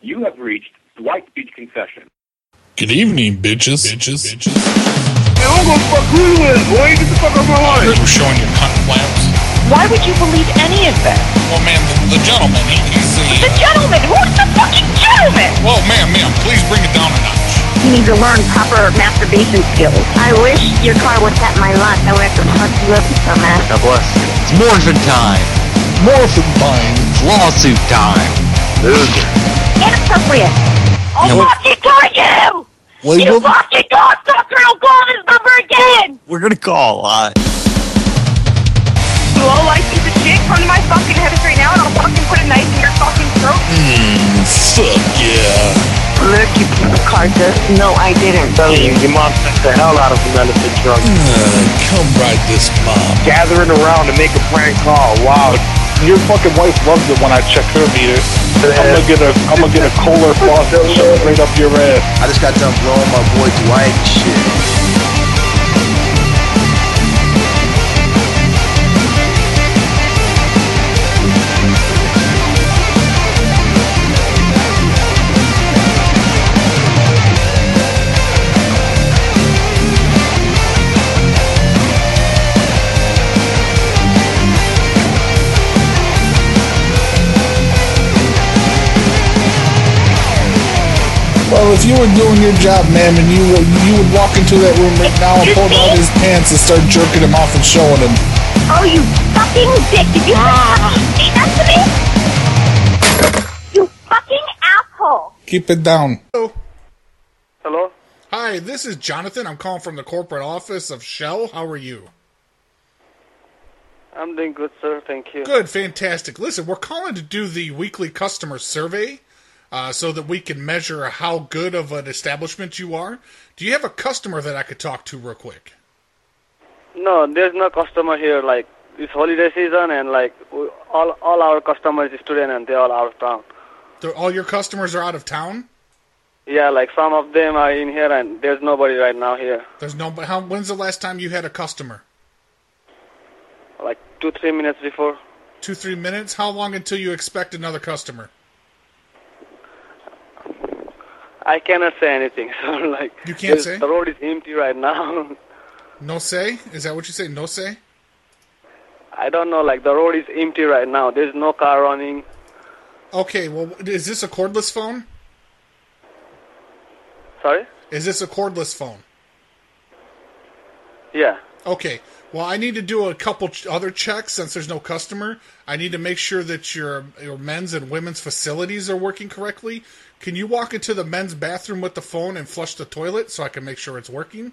You have reached Dwight Beach Confession. Good evening, bitches. Bitches. I don't go fuck who you is, boy. Get the fuck out of my Here's we're showing you cunt flaps. Why would you believe any of this? Well, man, the, the gentleman, he, he's The the. gentleman! Who's the fucking gentleman? Whoa, ma'am, ma'am, please bring it down a notch. You need to learn proper masturbation skills. I wish your car was at my lot. I would have to fuck you up, dumbass. God bless you. It's morphin' time. Morphin time. Lawsuit time. Inappropriate. I'll Yeah, what- fucking kill you! Well, you we'll- fucking cocksucker! I'll call this number again! We're gonna call. Uh, You all like piece of shit? Come to my fucking head right now and I'll fucking put a knife in your fucking throat. Fuck yeah. Look, you piece of carcass. No, I didn't. telling you, your mom sent the hell out of him elephant drunk. Uh, come right this mom. Gathering around to make a prank call. Wow. Your fucking wife loves it when I check her meter. I'm gonna get a I'm gonna get a Kohler faucet and shove it right up your ass. I just got done blowing my boy Dwight and shit. Well, if you were doing your job, ma'am, and you would, you would walk into that room right now and pull down his pants and start jerking him off and showing him. Oh, you fucking dick! Did you Ah. fucking say that to me? You fucking asshole! Keep it down. Hello? Hi, this is Jonathan. I'm calling from the corporate office of Shell. How are you? I'm doing good, sir. Thank you. Good, fantastic. Listen, we're calling to do the weekly customer survey uh, so that we can measure how good of an establishment you are. Do you have a customer that I could talk to real quick? No, there's no customer here. Like, it's holiday season and, like, we, all, all our customers is student and they're all out of town. They're- all your customers are out of town. Yeah, like, some of them are in here and there's nobody right now here. There's no. How, when's the last time you had a customer? Like, two, three minutes before. Two, three minutes. How long until you expect another customer? I cannot say anything, so, like... You can't this- say? The road is empty right now. No say? Is that what you say? No say? I don't know, like, the road is empty right now. There's no car running. Okay. Well, is this a cordless phone? Sorry? Is this a cordless phone? Yeah. Okay. Well, I need to do a couple ch- other checks since there's no customer. I need to make sure that your your men's and women's facilities are working correctly. Can you walk into the men's bathroom with the phone and flush the toilet so I can make sure it's working?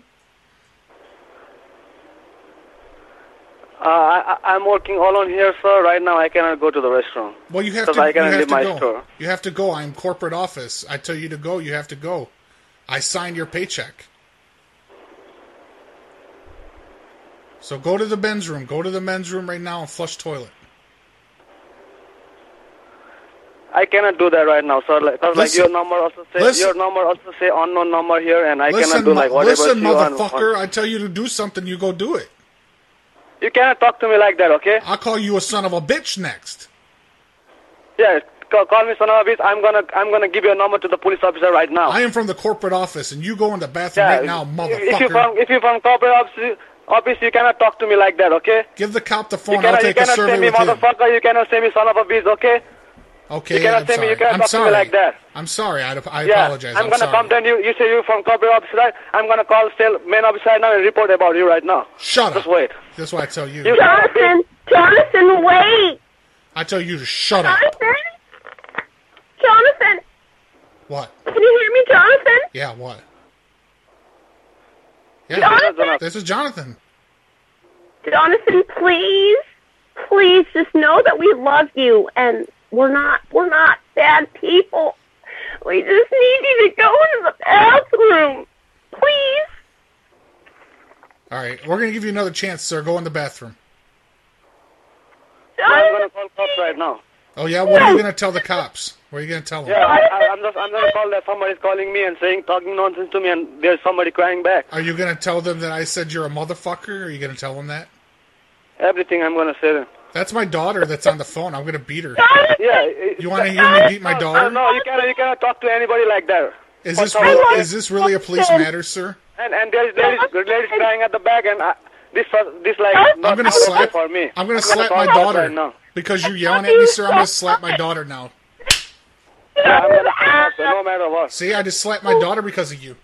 Uh, I, I- I'm working alone here, sir. Right now, I cannot go to the restroom. Well, you have Because to. I you gotta have leave to my go. store. You have to go. I'm corporate office. I tell you to go. You have to go. I signed your paycheck. So go to the men's room. Go to the men's room right now and flush toilet. I cannot do that right now, sir. Because like Listen. your number also say Listen. your number also say unknown number here, and I listen, cannot do like mo- whatever listen, you want. motherfucker. I tell you to do something. You go do it. You cannot talk to me like that, okay? I'll call you a son of a bitch next. Yeah, call, call me son of a bitch. I'm gonna I'm gonna give your number to the police officer right now. I am from the corporate office, and you go in the bathroom Oh. yeah, right now, if- If you motherfucker. from if you from corporate office, office, you cannot talk to me like that, okay? Give the cop the You phone. I'll cannot you take a cannot say survey me with him. motherfucker. You cannot say me son of a bitch, okay? Okay, cannot I'm say me- you sorry. cannot I'm talk to me sorry. like that. I'm sorry. I, I Yeah, apologize. I'm, I'm, gonna sorry. complain you. You say you from corporate office, right? I'm gonna call sale main office right now and report about you right now. Shut Just up. wait. That's why I tell you. You- Jonathan! Jonathan, wait! I tell you to shut up. Jonathan! Jonathan! What? Can you hear me, Jonathan? Yeah. What? Yeah. Jonathan! This is Jonathan. Jonathan, please, please just know that we love you and we're not we're not bad people. We just need you to go into the bathroom. Please. All right. We're gonna give you another chance, sir. Go in the bathroom. I'm Jonathan, gonna call cops right now. Oh yeah. What are you gonna tell the cops? What are you gonna tell them? Yeah, I, I, I'm just I'm gonna call that somebody's calling me and saying talking nonsense to me, and there's somebody crying back. Are you gonna tell them that I said you're a motherfucker? Are you gonna tell them that? Everything I'm gonna say. Them. That's my daughter that's on the phone. I'm gonna beat her. Jonathan, Yeah. it- You want to hear me beat my No, daughter? no, you cannot, you cannot talk to anybody like that. Is this I real, want- is this really a police matter, sir? And and there is there is No, good ladies crying at the back, and I, this was- this like I'm not I'm gonna okay slap. for me. I'm gonna slap my call the right daughter now. because you're yelling at me, sir. I'm gonna slap my daughter now. Yeah, I'm gonna slap her no matter what. See, I just slapped my daughter because of you.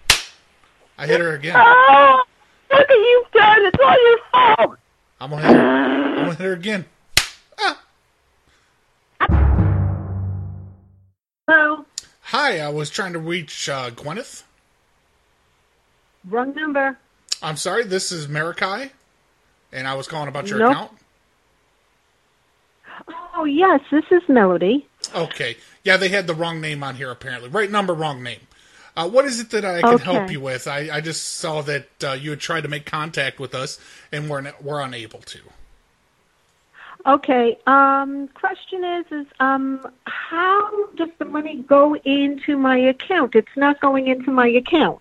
I hit her again. oh, look at you, John. It's all your fault. I'm gonna hit her. I'm gonna hit her again. Hello. Hi, I was trying to reach uh, Gwyneth. Wrong number. I'm sorry, this is Marikai, and I was calling about your Nope. account. Oh yes, this is Melody. Okay, yeah, they had the wrong name on here apparently. Right number, wrong name. Uh, what is it that I can Okay. help you with? I, I just saw that uh, you had tried to make contact with us, and we're n- we're unable to. Okay. Um, question is, is um, how does the money go into my account? It's not going into my account.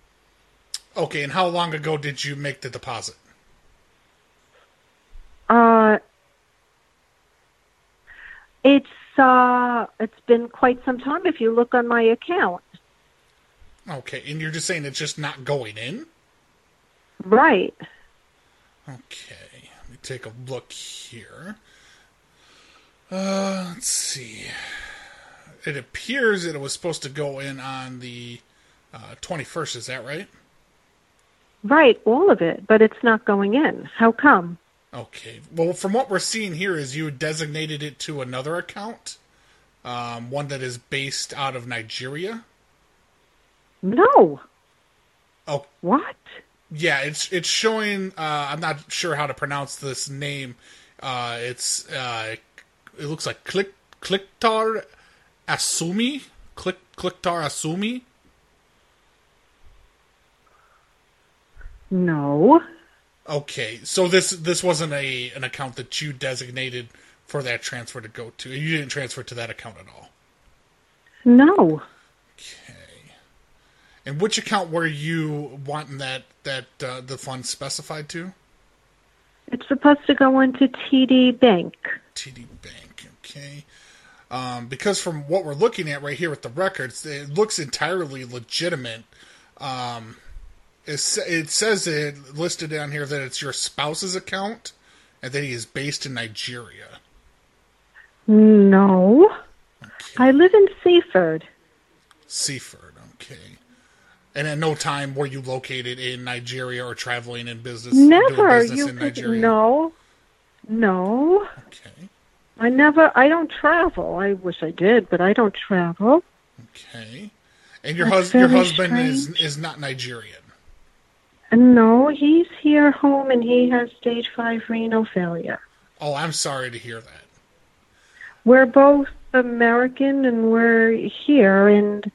Okay, and how long ago did you make the deposit? Uh, it's uh, it's been quite some time. If you look on my account, Okay, and you're just saying it's just not going in. right? Okay, let me take a look here. Uh, let's see. It appears that it was supposed to go in on the uh, 21st, is that right? Right, all of it, but it's not going in. How come? Okay. Well, from what we're seeing here is you designated it to another account, um, one that is based out of Nigeria. No. Oh. What? Yeah, it's it's showing. Uh, I'm not sure how to pronounce this name. Uh, it's uh, it looks like Click Clicktar Asumi. Click Clicktar Asumi. No. Okay, so this this wasn't a an account that you designated for that transfer to go to. You didn't transfer to that account at all. No. And which account were you wanting that that uh, the fund specified to? It's supposed to go into TD Bank. TD Bank, okay. Um, because from what we're looking at right here with the records, it looks entirely legitimate. Um, it, sa- it says it listed down here that it's your spouse's account, and that he is based in Nigeria. No. I live in Seaford. Seaford, okay. And at no time were you located in Nigeria or traveling in business. doing Never. business You in could- Nigeria. no. No. Okay. I never. I don't travel. I wish I did, but I don't travel. Okay. And your That's husband your very husband is is not Nigerian. And no, he's here home, and he has stage five renal failure. Oh, I'm sorry to hear that. We're both American, and we're here, and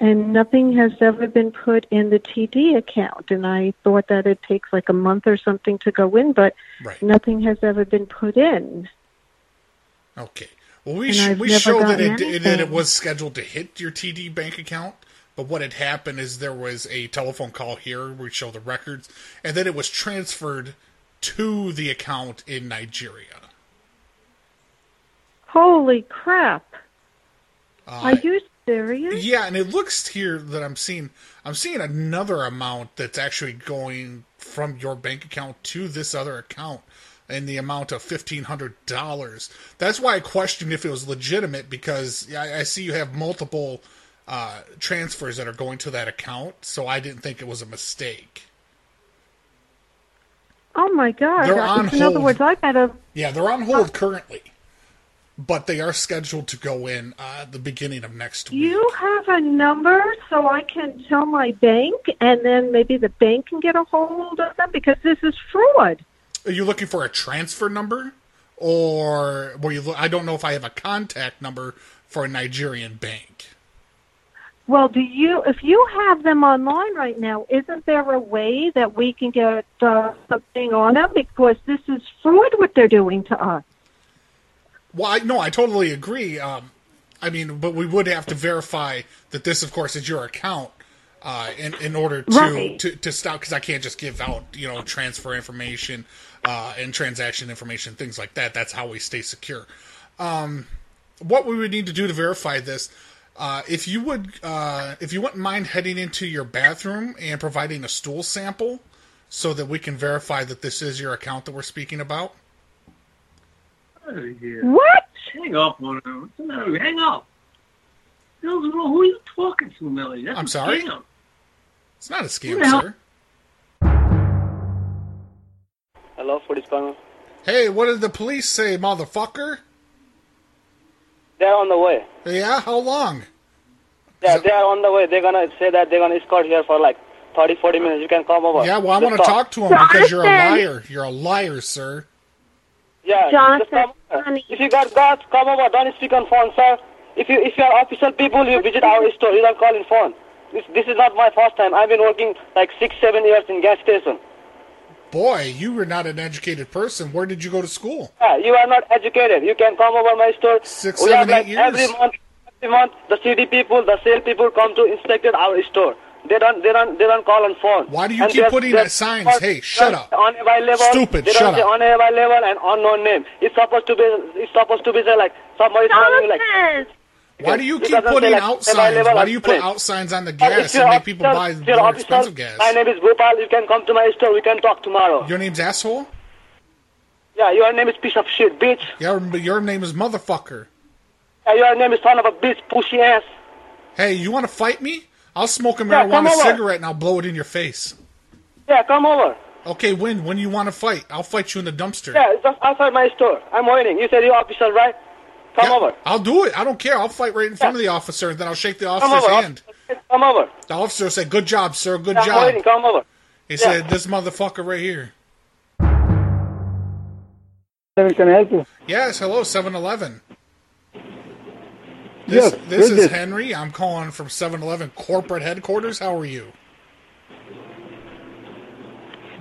and nothing has ever been put in the TD account. And I thought that it takes like a month or something to go in, but Right. nothing has ever been put in. Okay. Well, we And sh- I've we never show that gotten it, it that it anything. was scheduled to hit your TD bank account, but what had happened is there was a telephone call here. We show the records, and then it was transferred to the account in Nigeria. Holy crap! Are Uh, you serious? yeah, and it looks here that I'm seeing I'm seeing another amount that's actually going from your bank account to this other account in the amount of fifteen hundred dollars. That's why I questioned if it was legitimate because yeah, I, I see you have multiple uh, transfers that are going to that account, so I didn't think it was a mistake. Oh my God! They're I- on in other hold. words, I gotta. Yeah, they're on hold currently, but they are scheduled to go in uh, the beginning of next week. You have a number so I can tell my bank, and then maybe the bank can get a hold of them because this is fraud. Are you looking for a transfer number, or were you? Lo- I don't know if I have a contact number for a Nigerian bank. Well, do you? If you have them online right now, isn't there a way that we can get uh, something on them? Because this is fraud what they're doing to us. Well, I, no, I totally agree. Um, I mean, but we would have to verify that this, of course, is your account. uh, in in order to Right. to, to stop because I can't just give out you know transfer information uh, and transaction information things like that. That's how we stay secure. Um, what we would need to do to verify this, uh, if you would, uh, if you wouldn't mind heading into your bathroom and providing a stool sample, so that we can verify that this is your account that we're speaking about. What? Hang up on her. What's the matter? with you? Hang up. No, no, who are you talking to, Millie? That's I'm a sorry? scam. It's not a scam, Yeah. sir. Hello, police panel. Hey, what did the police say, motherfucker? They're on the way. Yeah, how long? Yeah, they are on the way. They're gonna say that they're gonna escort here for like 30, 40 minutes. You can come over. Yeah, well, I Just want to talk to him because you're a Jonathan! liar. You're a liar, sir. Yeah, Jonathan, just come over. honey. If you got God, come over. Don't speak on phone, sir. If you if you are official people, you visit our store. You don't call in phone. This this is not my first time. I've been working like six, seven years in gas station. Boy, you were not an educated person. Where did you go to school? Yeah, you are not educated. You can come over my store. Six, we seven, have like eight every years. month, every month the CD people, the sale people come to inspect our store. They don't, they don't, they don't call on phone. Why do you And keep they- putting they- that signs, "Hey, shut up." On a by level, Stupid, They shut don't say up. on a by level and unknown name. It's supposed to be, it's supposed to be say like somebody telling you like. Jonathan! Why do you Because keep I'm putting saying, like, out am I signs? level Why of do you put strength? out signs on the But if gas you're and make people buy officer- if you're more officer, expensive My gas? name is Gopal. You can come to my store. We can talk tomorrow. Your name's asshole? yeah, your name is piece of shit, bitch. Your, your name is motherfucker. Yeah, your name is son of a bitch, pushy ass. Hey, you want to fight me? I'll smoke a Yeah, come marijuana over. cigarette and I'll blow it in your face. Yeah, come over. Okay, when? When you want to fight? I'll fight you in the dumpster. Yeah, it's just outside my store. I'm waiting. You said you're official, right? Come Yeah, over. I'll do it. I don't care. I'll fight right in front Yeah. of the officer and then I'll shake the Come officer's over. hand. officer. Come over. The officer will say, Good job, sir. Good I'm job. waiting. Come over. He said, "This motherfucker right here." Can I help you? Yes, hello, Seven Eleven. Yes, This, this who is is it? Henry. I'm calling from Seven Eleven corporate headquarters. How are you?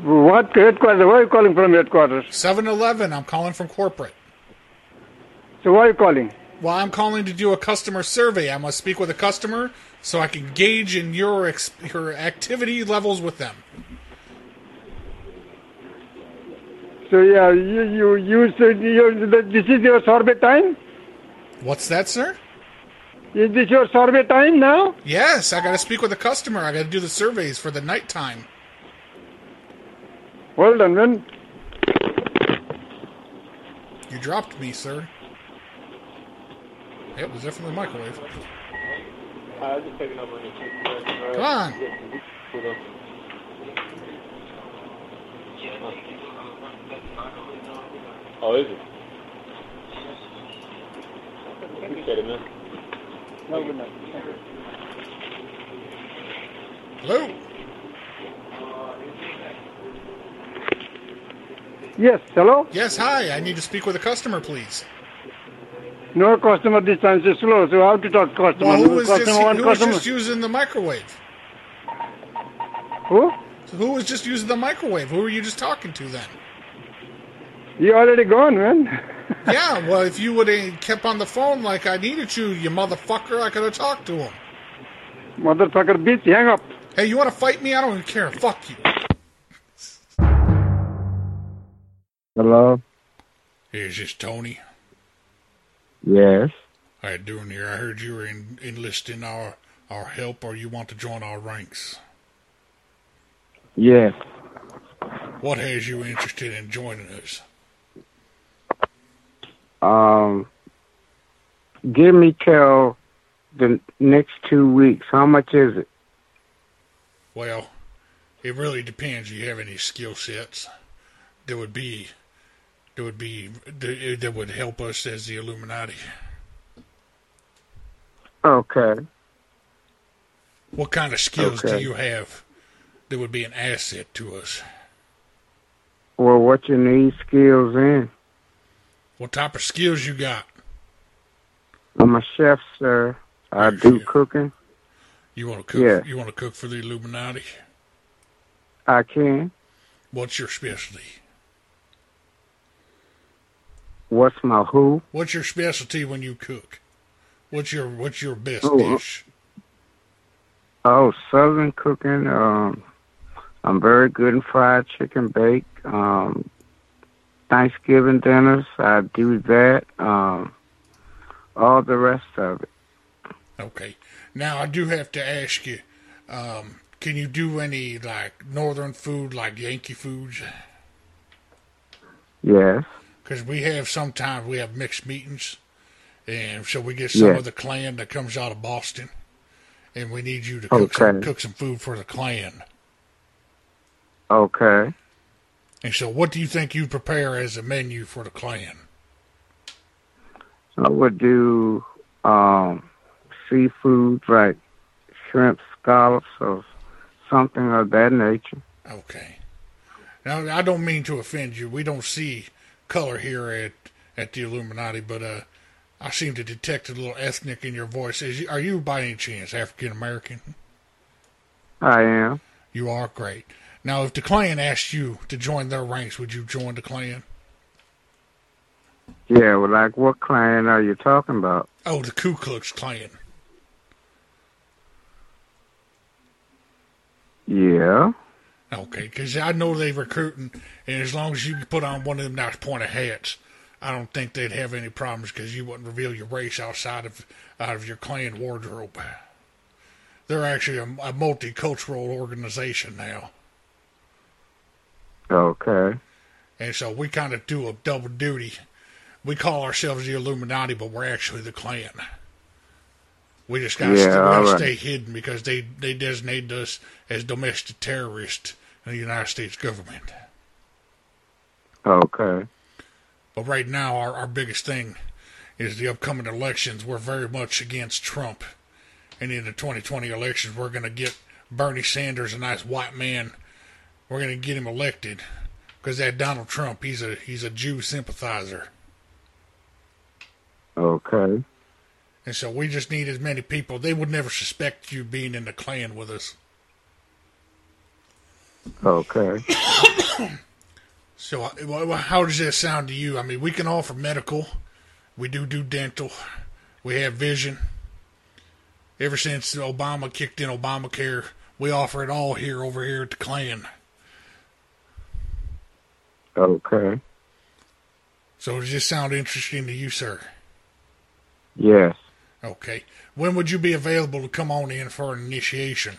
What headquarters? Where are you calling from headquarters? Seven Eleven. I'm calling from corporate. So why are you calling? Well, I'm calling to do a customer survey. I must speak with a customer so I can gauge in your ex- your activity levels with them. So yeah, you you you said you this is your sorbet time. What's that, sir? Is this your sorbet time now? Yes, I got to speak with a customer. I got to do the surveys for the nighttime. Hold on, man. You dropped me, sir. It was definitely a microwave. Come on. Oh, is it? Appreciate it, man. Hello. Yes, hello. Yes, hi. I need to speak with a customer, please. No customer this time is slow, so how to talk customer? Well, who was customer, just, who was customer. just using the microwave? Who? Who was just using the microwave? Who were you just talking to then? You already gone, man. yeah, well, if you would have kept on the phone like I needed you, you motherfucker, I could have talked to him. Motherfucker, bitch, hang up. Hey, you want to fight me? I don't even care. Fuck you. Hello? Here's just Tony. Yes. How you doing here? I heard you were en- enlisting our our help, or you want to join our ranks. Yes. What has you interested in joining us? Um, give me till the next two weeks. How much is it? Well, it really depends. Do you have any skill sets that would be that would be that that would help us as the Illuminati? Okay. What kind of skills do Okay. you have that would be an asset to us? Well, what you need skills in? What type of skills you got? I'm a chef, sir. I Yes, do yeah. cooking. You want to cook? Yeah. You want to cook for the Illuminati? I can. What's your specialty? What's my who? What's your specialty when you cook? What's your what's your best Oh, uh, dish? Oh, southern cooking. Um, I'm very good in fried chicken, bake. Um, Thanksgiving dinners, I do that. Um, all the rest of it. uh, Okay. Now I do have to ask you, um, can you do any like northern food, like Yankee foods? Yes. Because we have sometimes we have mixed meetings, and so we get some Yeah. of the clan that comes out of Boston, and we need you to cook some Okay. cook some food for the clan. Okay. And so, what do you think you prepare as a menu for the clan? I would do um, seafood like shrimp scallops or something of that nature. Okay. Now, I don't mean to offend you. We don't see color here at, at the Illuminati, but uh, I seem to detect a little ethnic in your voice. Is you, are you by any chance African American? I am. You are great. Now, if the Klan asked you to join their ranks, would you join the Klan? Yeah, well, like what clan are you talking about? Oh, the Ku Klux Klan. Yeah. Okay, because I know they recruiting, and as long as you put on one of them nice pointed hats, I don't think they'd have any problems because you wouldn't reveal your race outside of out of your clan wardrobe. They're actually a, a multicultural organization now, Okay. and so we kind of do a double duty. We call ourselves the Illuminati, but we're actually the Klan. We just got Yeah, to all right. stay hidden because they they designated us as domestic terrorists in the United States government. Okay. But right now, our, our biggest thing is the upcoming elections. We're very much against Trump. And in the 2020 elections, we're going to get Bernie Sanders, a nice white man. We're going to get him elected because that Donald Trump, he's a he's a Jew sympathizer. Okay. And so we just need as many people. They would never suspect you being in the Klan with us. Okay. So uh, wh- wh- how does that sound to you? I mean, we can offer medical. We do do dental. We have vision. Ever since Obama kicked in Obamacare, we offer it all here over here at the Klan. Okay. So does this sound interesting to you, sir? Yes. Okay. When would you be available to come on in for an initiation?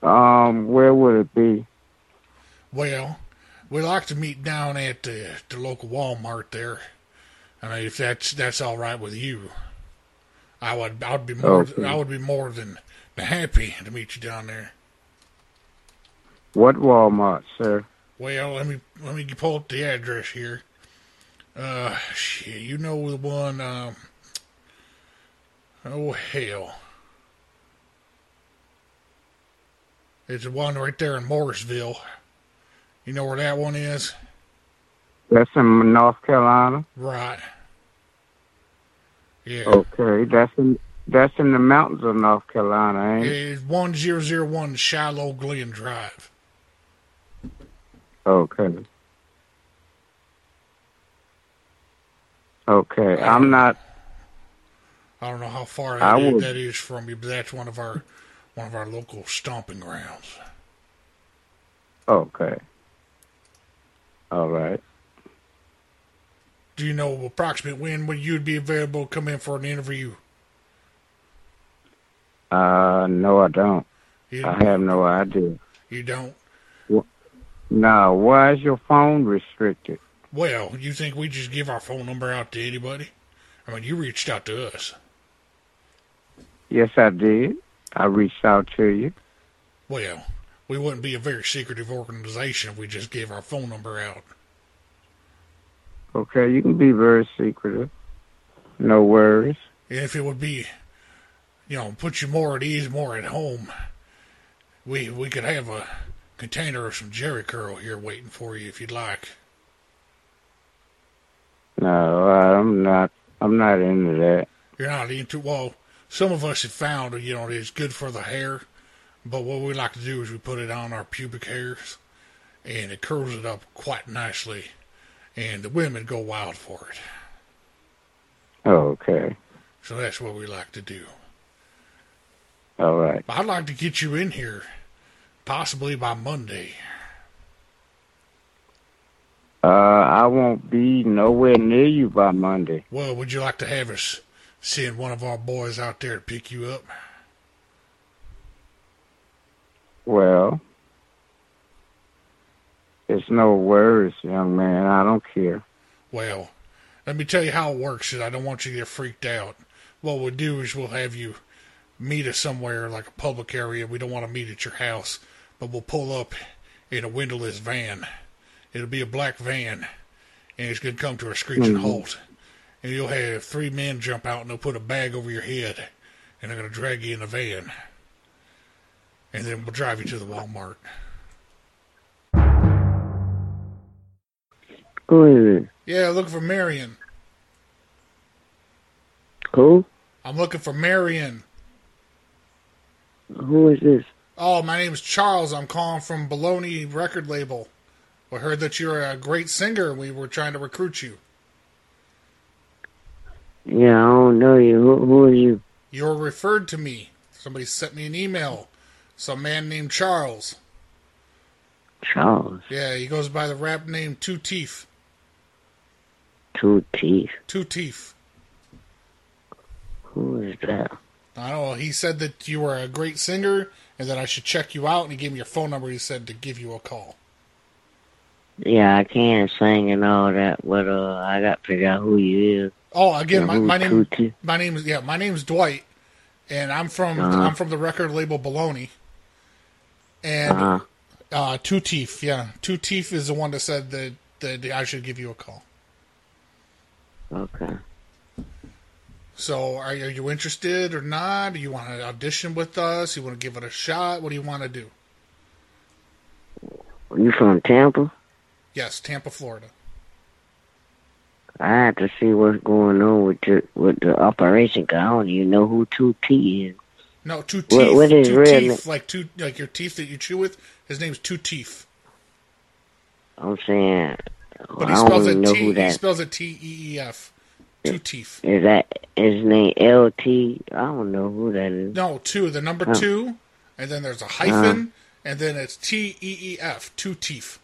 Um, where would it be? Well, we like to meet down at the, the local Walmart there. I mean, if that's that's all right with you, I would I'd be more Okay. I would be more than happy to meet you down there. What Walmart, sir? Well, let me let me pull up the address here. Uh, shit, you know the one. Um, oh hell, it's the one right there in Morrisville. You know where that one is, That's in North Carolina. right? Yeah. Oh, Okay. That's in that's in the mountains of North Carolina, ain't it? It's one zero zero one Shiloh Glen Drive. Oh, Okay. Okay. I'm not. I don't know how far I that is, would- that is from you, but that's one of our one of our local stomping grounds. Okay. All right. Do you know approximate when when you'd be available to come in for an interview? Uh, no, I don't. You, I have no idea. you don't. Now, why is your phone restricted? Well, you think we just give our phone number out to anybody? I mean, you reached out to us. Yes, I did. I reached out to you. Well, we wouldn't be a very secretive organization if we just gave our phone number out. Okay, you can be very secretive. No worries. If it would be, you know, put you more at ease, more at home, we we could have a container of some Jerry Curl here waiting for you if you'd like. No, I'm not. I'm not into that. You're not into well. Some of us have found you know it's good for the hair, but what we like to do is we put it on our pubic hairs, and it curls it up quite nicely, and the women go wild for it. Okay. So that's what we like to do. All right. I'd like to get you in here, possibly by Monday. Uh, I won't be nowhere near you by Monday. Well, would you like to have us send one of our boys out there to pick you up? Well, it's no worries, young man. I don't care. Well, let me tell you how it works, and I don't want you to get freaked out. What we'll do is we'll have you meet us somewhere, like a public area. We don't want to meet at your house, but we'll pull up in a windowless van. It'll be a black van, and it's going to come to a screeching Mhm. halt. And you'll have three men jump out, and they'll put a bag over your head, and they're going to drag you in the van. And then we'll drive you to the Walmart. Who is it? Yeah, looking for Marion. Who? I'm looking for Marion. Who is this? Oh, my name's Charles. I'm calling from Baloney Record Label. We heard that you're a great singer. We were trying to recruit you. Yeah, I don't know you. Who, who are you? You were referred to me. Somebody sent me an email. Some man named Charles. Charles. Yeah, he goes by the rap name Two Teeth. Two teeth. Two Teeth. Who is that? I don't know. He said that you were a great singer and that I should check you out. And he gave me your phone number. He said to give you a call. Yeah, I can't sing and all that, but uh, I got to figure out who you is. Oh, again, And my, who's my Two name, Teeth. my name is yeah, my name's Dwight, and I'm from Uh-huh. I'm from the record label Baloney. And Uh-huh. Uh, Two Teeth, yeah. Two Teeth is the one that said that, that I should give you a call. Okay. So, are, are you interested or not? Do you want to audition with us? You want to give it a shot? What do you want to do? Oh. You from Tampa? Yes, Tampa, Florida. I have to see what's going on with the with the operation. 'cause I don't even know who Two T is. No, Two Teeth. What- what is two real teeth, na- like two, like your teeth that you chew with. His name's Two Teeth, I'm saying but I he don't spells it even know T. who He that spells it T E E F. Two Teeth. is. That his name L T. I don't know who that is. No, two. The number Huh. two, and then there's a hyphen, and then it's T E E F. Two Teeth.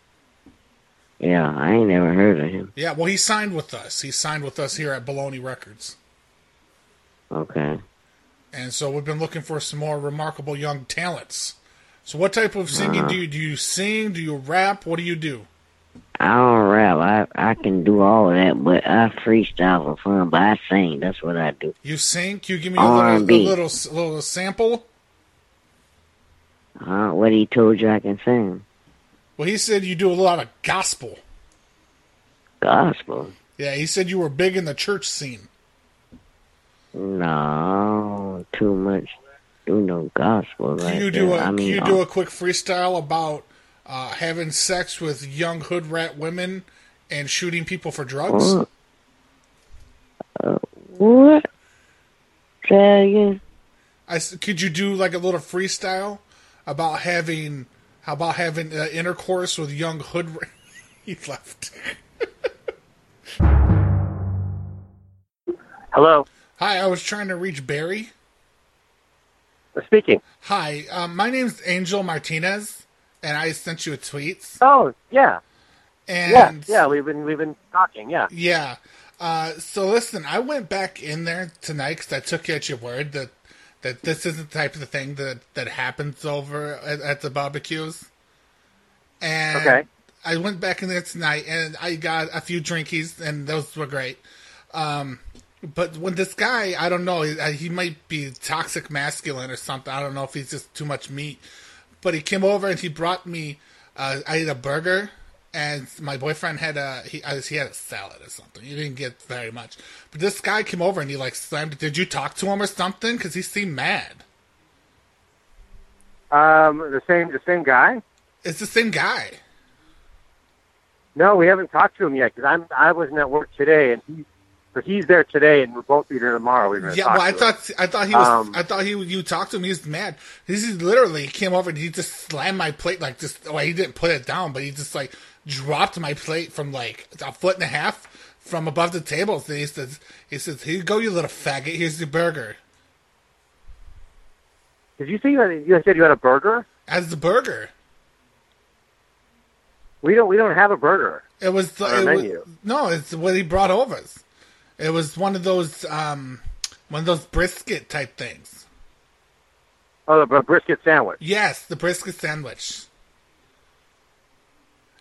Yeah, I ain't never heard of him. Yeah, well, he signed with us. He signed with us here at Baloney Records. Okay. and so we've been looking for some more remarkable young talents. So, what type of singing do you do? You sing? Do you rap? What do you do? I don't rap. I I can do all of that, but I freestyle for fun. But I sing. That's what I do. You sing? Can you give me a little, a R&B. little, a little sample? Uh, what he told you I can sing? Well, he said you do a lot of gospel. Gospel. Yeah, he said you were big in the church scene. No, too much. Do no gospel Can right you do there. a I mean, Can you do uh, a quick freestyle about uh, having sex with young hood rat women and shooting people for drugs? What? Uh, what? Say again. I s could you do like a little freestyle about having how about having uh, intercourse with young hood? ra- he left. Hello. Hi, I was trying to reach Barry. Speaking. Hi, um, my name's Angel Martinez, and I sent you a tweet. Oh yeah. And yeah, yeah, we've been we've been talking. Yeah. Yeah. Uh, so listen, I went back in there tonight because I took you at your word that that this isn't the type of thing that that happens over at, at the barbecues. And Okay. I went back in there tonight and I got a few drinkies and those were great. Um, but when this guy, I don't know, he, uh, he might be toxic masculine or something. I don't know if he's just too much meat. But he came over and he brought me. Uh, I ate a burger, and my boyfriend had a he uh, he had a salad or something. He didn't get very much. But this guy came over and he like slammed. Did you talk to him or something? Because he seemed mad. Um, the same the same guy. It's the same guy. No, we haven't talked to him yet because I'm I wasn't at work today, and he so he's there today, and we'll both be there tomorrow. We're gonna Yeah, talk well, I to thought I thought he was Um, I thought he you talked to him. He was mad. This is literally he came over and he just slammed my plate like just. Well, he didn't put it down, but he just like dropped my plate from like a foot and a half from above the table. And he says, he says, here you go, you little faggot. Here's your burger. him. Did you say you had, you said you had a burger? As the burger. We don't we don't have a burger. It was the on our it was- menu. no, it's what he brought over. It was one of those um, one of those brisket type things. Oh, a brisket sandwich. Yes, the brisket sandwich.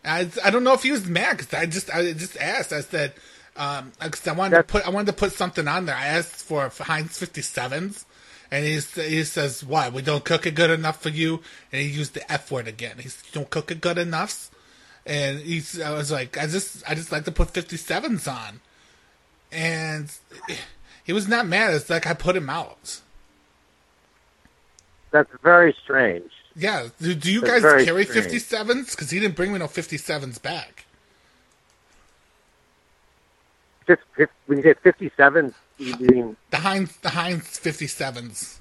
I, I don't know if he was mad because I just I just asked. I said um 'cause I wanted to put I wanted to put something on there. I asked for Heinz fifty sevens, and he s- he says what we don't cook it good enough for you, and he used the f word again. He said, you don't cook it good enough, and he's I was like I just I just like to put fifty sevens on, and he was not mad. It's like I put him out. That's very strange. Yeah. Do, do you That's guys very carry strange. fifty sevens? Because he didn't bring me no fifty sevens back. Fif- fif- when you say fifty seven, you mean The Heinz, the Heinz fifty sevens.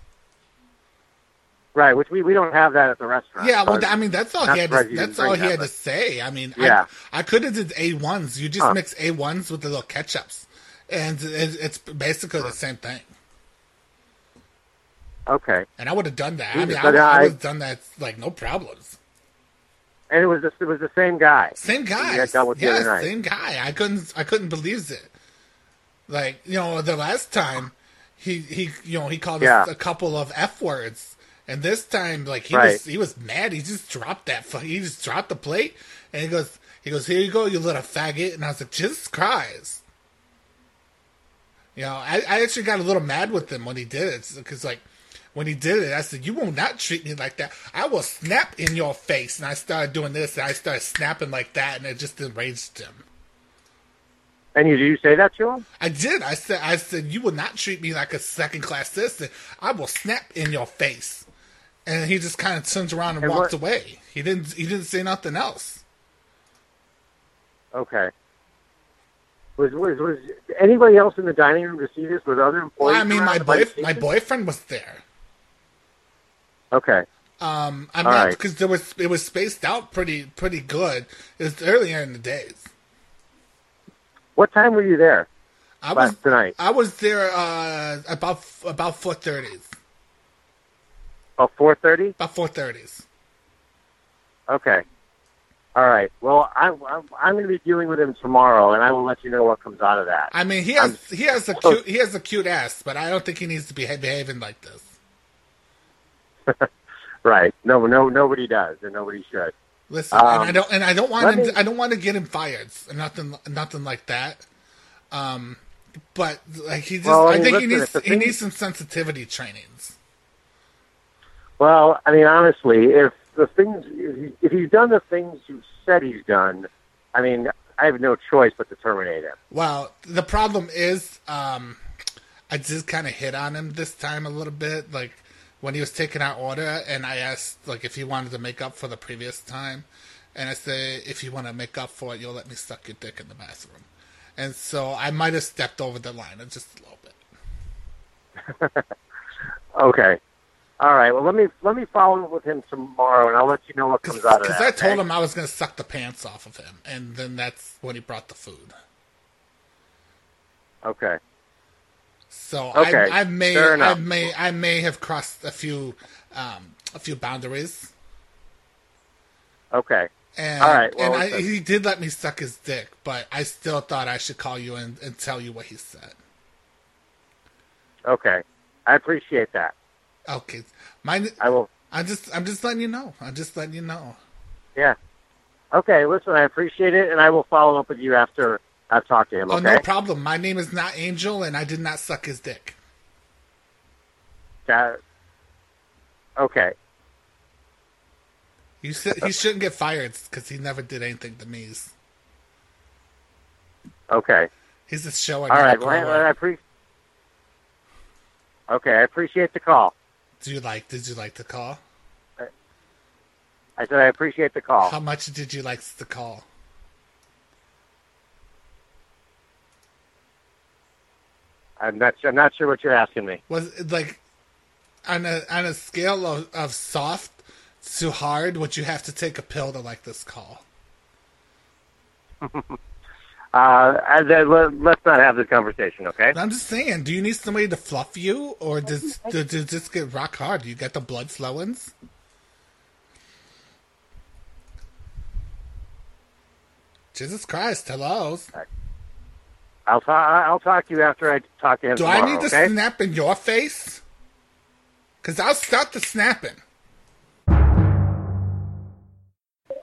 right? Which we, we don't have that at the restaurant. Yeah. Well, So I mean, that's all not he had. surprised To, you didn't that's all bring he had that, to say. I mean, Yeah. I, I could have did a ones. You just Huh. mix a ones with the little ketchups, and it, it's basically the same thing. but- Okay. And I would have done that. I Jesus, mean, I, but I- would have done that like no problems. And it was the, it was the same guy. Same guy. You got done with the yeah, other night. same guy. I couldn't I couldn't believe it. Like you know, the last time he he you know he called us Yeah. a couple of f words, and this time like he Right. was he was mad. He just dropped that. fu- He just dropped the plate, and he goes he goes here you go you little faggot, and I was like Jesus Christ. You know, I, I actually got a little mad with him when he did it because like when he did it, I said, "You will not treat me like that. I will snap in your face." And I started doing this, and I started snapping like that, and it just enraged him. And you, did you say that to him? I did. I said, "I said you will not treat me like a second class citizen. I will snap in your face." And he just kind of turns around and, And walked what- away. He didn't. He didn't say nothing else. Okay. Was, was was anybody else in the dining room to see this? Was other employees? Well, I mean, around my that might boy, have seen my this? boyfriend was there. Okay. Um, I'm All not right. because there was it was spaced out pretty pretty good. It was earlier in the days. What time were you there? I last was tonight. I was there uh, about about four thirties. About Oh, four thirty. About four thirties. Okay. All right. Well, I, I'm I'm going to be dealing with him tomorrow, and I will let you know what comes out of that. I mean, he has he has a cute he has a cute ass, but I don't think he needs to be ha- behaving like this. Right. No. No. Nobody does, and nobody should. Listen, and I Um, don't and I don't want let him me- I don't want to get him fired. Nothing nothing like that. Um, but like he just Well, I I, mean, think listen, he it's the needs he thing- needs some sensitivity trainings. Well, I mean, honestly, if the things if he- if he's done the things you said he's done, I mean, I have no choice but to terminate him. Well, the problem is, um, I just kind of hit on him this time a little bit, like when he was taking our order, and I asked like if he wanted to make up for the previous time, and I say if you want to make up for it, you'll let me suck your dick in the bathroom, and so I might have stepped over the line just a little bit. Okay. All right. Well, let me let me follow up with him tomorrow, and I'll let you know what comes out of that. Because I told okay? him I was going to suck the pants off of him, and then that's when he brought the food. Okay. So Okay, I, I may, fair I enough. may, I may have crossed a few, um, a few boundaries. Okay. And, All right. Well, and I, listen. he did let me suck his dick, but I still thought I should call you and, and tell you what he said. okay. I appreciate that. Okay, my, I will. I'm just, I'm just letting you know. I'm just letting you know. Yeah. Okay. Listen, I appreciate it, and I will follow up with you after I've talked to him. Oh, Okay. no problem. My name is not Angel, and I did not suck his dick. Got it. okay. You said Uh, he shouldn't get fired because he never did anything to me. Okay. He's just showing. All off, right. Well, girl. I, I appre- Okay. I appreciate the call. Do you like? Did you like the call? I said I appreciate the call. How much did you like the call? I'm not. I'm not sure what you're asking me. Was it, like on a on a scale of, of soft to hard, would you have to take a pill to like this call? Uh, and then let, let's not have this conversation, okay? I'm just saying, do you need somebody to fluff you, or does does, does this get rock hard? You got the blood flowing. Jesus Christ! Hello. I'll talk. I'll talk to you after I talk to him. Do tomorrow, I need to okay? snap in your face? Because I'll stop the snapping.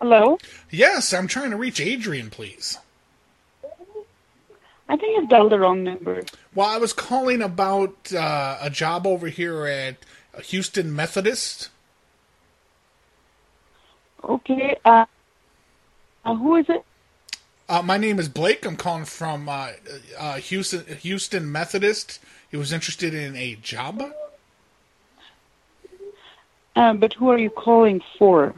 Hello? Yes, I'm trying to reach Adrian, please. I think I've dialed the wrong number. Well, I was calling about uh, a job over here at Houston Methodist. Okay. Uh, uh, who is it? Uh, my name is Blake. I'm calling from uh, uh, Houston Houston Methodist. He was interested in a job. Uh, but who are you calling for?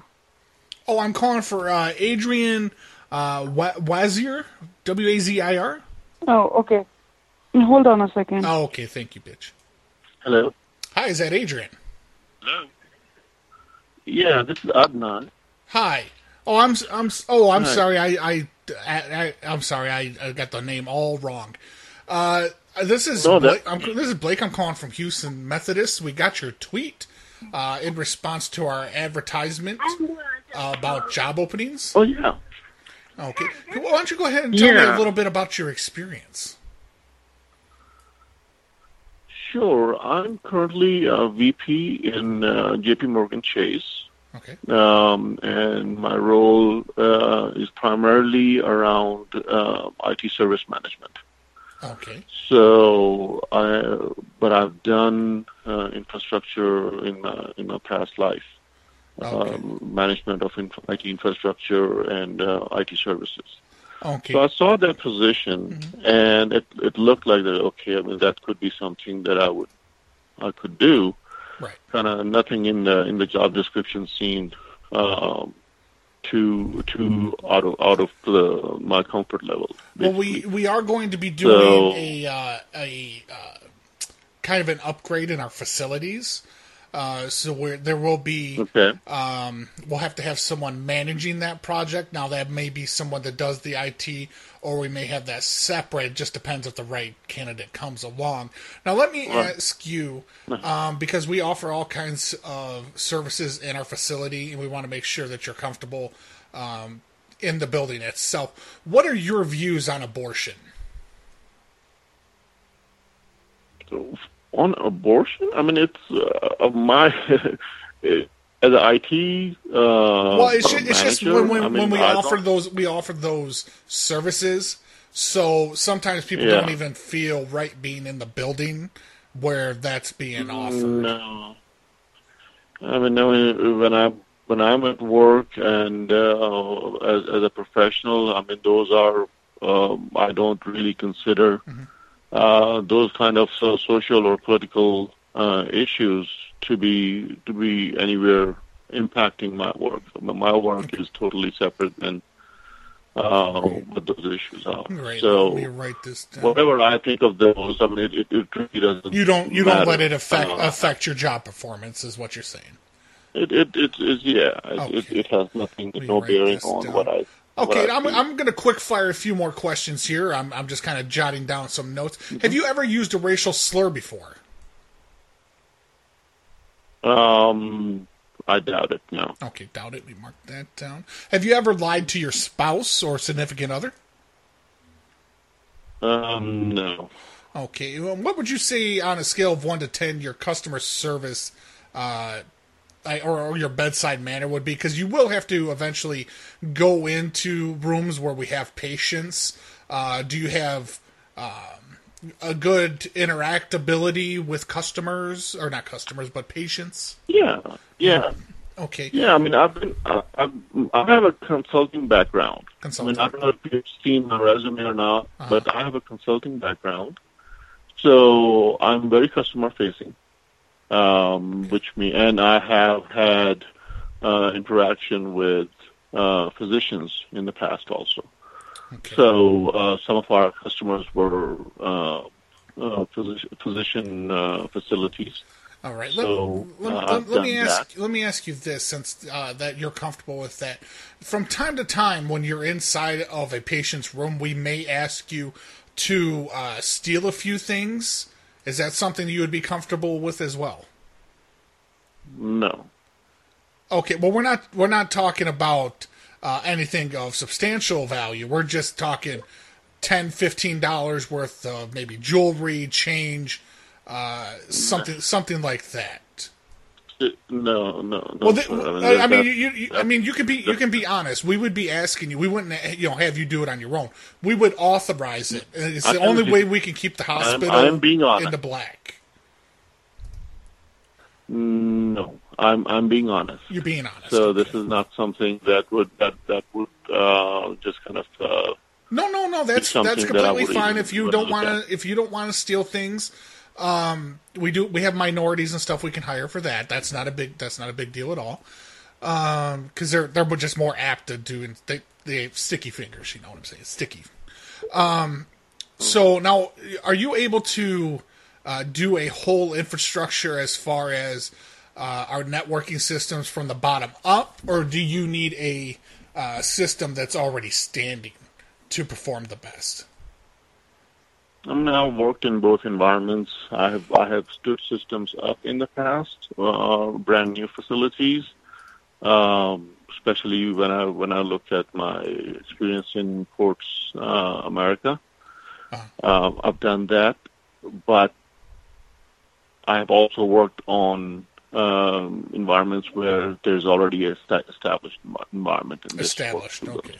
Oh, I'm calling for uh, Adrian uh, Wa- Wazier, W A Z I R. Oh, okay. Hold on a second. Oh, okay. Thank you, bitch. Hello. Hi, is that Adrian? Yeah, this is Adnan. Hi. Oh, I'm s- I'm s- oh I'm Hi. sorry. I I, I I am sorry. I, I got the name all wrong. Uh, this is No, Blake, that- I'm, this is Blake. I'm calling from Houston Methodist. We got your tweet uh, in response to our advertisement uh, about job openings. Oh yeah. Okay. Well, why don't you go ahead and tell me Yeah. a little bit about your experience? Sure. I'm currently a VP in uh, JP Morgan Chase. Okay. Um, and my role uh, is primarily around uh, IT service management. Okay. So I, but I've done uh, infrastructure in my in my past life, um, management of inf- IT infrastructure and uh, IT services. Okay. Mm-hmm. So I saw that position, and it it looked like that. Okay, I mean that could be something that I would, I could do. Right. Kind of nothing in the in the job description seemed um, too too Mm-hmm. out of out of the, my comfort level. Well, we we are going to be doing So- a uh, a uh, kind of an upgrade in our facilities. Uh, so where there will be Okay. um, we'll have to have someone managing that project. Now that may be someone that does the IT, or we may have that separate. Just depends if the right candidate comes along. Now let me Right. ask you, um, because we offer all kinds of services in our facility, and we want to make sure that you're comfortable um, in the building itself. What are your views on abortion? on abortion. I mean, it's uh, of my as an IT. Uh, well, it's just, it's just manager, when, when, I mean, when we I offer don't- those we offer those services. So sometimes people Yeah. don't even feel right being in the building where that's being offered. No. I mean, no, when I when I'm at work and uh, as as a professional, I mean, those are um, I don't really consider Mm-hmm. uh, those kind of so- social or political uh, issues to be to be anywhere impacting my work. I mean, my work is totally separate than uh, what those issues are. Right. So Let me write this down. whatever I think of those, I mean, it, it, it really doesn't. You don't you don't matter. let it affect Uh, affect your job performance, is what you're saying. it it it is yeah. It, it, it has nothing no bearing on what I. what Okay, I I'm, do. I'm going to quick fire a few more questions here. I'm, I'm just kind of jotting down some notes. Mm-hmm. Have you ever used a racial slur before? Um, I doubt it. No. Okay, doubt it. We marked that down. Have you ever lied to your spouse or significant other? Um, no. Okay, well, what would you say on a scale of one to ten your customer service, uh, I- or, or your bedside manner would be? Because you will have to eventually go into rooms where we have patients. Uh, do you have um, a good interactability with customers, or not customers, but patients? Yeah. Yeah. Okay. Yeah. I mean, I've been. I, I, I have a consulting background. Consulting. I mean, I don't know if you've seen my resume or not, but I have a consulting background, so I'm very customer facing. Um, which me and I have had uh, interaction with uh, physicians in the past also. So uh, some of our customers were uh, uh, physician, physician uh, facilities. All right. Let, So let, uh, let- I've let me done ask. Let me ask you this, since uh, that you're comfortable with that. From time to time, when you're inside of a patient's room, we may ask you to uh, steal a few things. Is that something you would be comfortable with as well? No. Okay. Well, we're not we're not talking about uh, anything of substantial value. We're just talking ten, fifteen dollars worth of maybe jewelry, change, uh, something something like that. No, Uh, no, no. Well, the- sir. I I that- mean, you, you, you- I mean, you can be you can be honest. We would be asking you. We wouldn't, you know, have you do it on your own. We would authorize it. And It's I the am only ju- way we can keep the hospital I'm being honest. in the black. No, I'm I'm being honest. You're being honest. So this is not something that would that that would uh, just kind of. Uh, No, no, no. It's That's something that's that I completely would fine even- if you would don't look want to if you don't want to steal things. Um, we do we have minorities and stuff we can hire for that. That's not a big that's not a big deal at all. Um, because they're they're just more apt to do they they have sticky fingers. You know what I'm saying? Sticky. Um, so now are you able to uh, do a whole infrastructure as far as uh, our networking systems from the bottom up, or do you need a uh, system that's already standing? to perform the best. I mean, I've worked in both environments. I have I have stood systems up in the past, uh, brand new facilities, um, especially when I when I look at my experience in Ports uh, America. Uh-huh. Um, I've done that, but I have also worked on um, environments where there's already a sta- established envi- environment. In this Established, okay.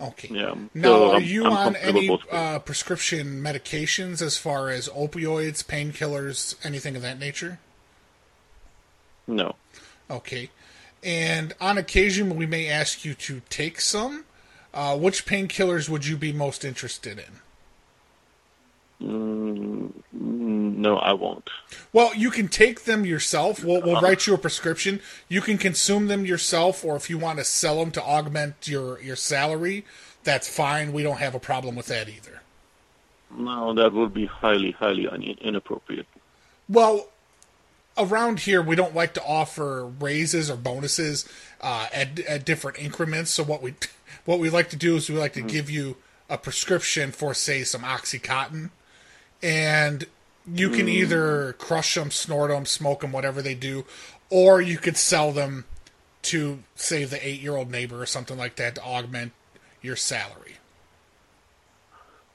Okay. Yeah. Now, so are I'm- you I'm on comfortable any both uh, prescription medications as far as opioids, painkillers, anything of that nature? No. Okay. And on occasion, we may ask you to take some. Uh, which painkillers would you be most interested in? Mm, no, I won't. Well, you can take them yourself. We'll, we'll Uh-huh. write you a prescription. You can consume them yourself, or if you want to sell them to augment your, your salary, that's fine. We don't have a problem with that either. No, that would be highly, highly un- inappropriate. Well, around here we don't like to offer raises or bonuses uh, at at different increments. So what we what we like to do is we like to Hmm. give you a prescription for say some OxyContin, and you Hmm. can Mm. either crush them, snort them, smoke them, whatever they do, or you could sell them to say the eight year old neighbor or something like that to augment your salary.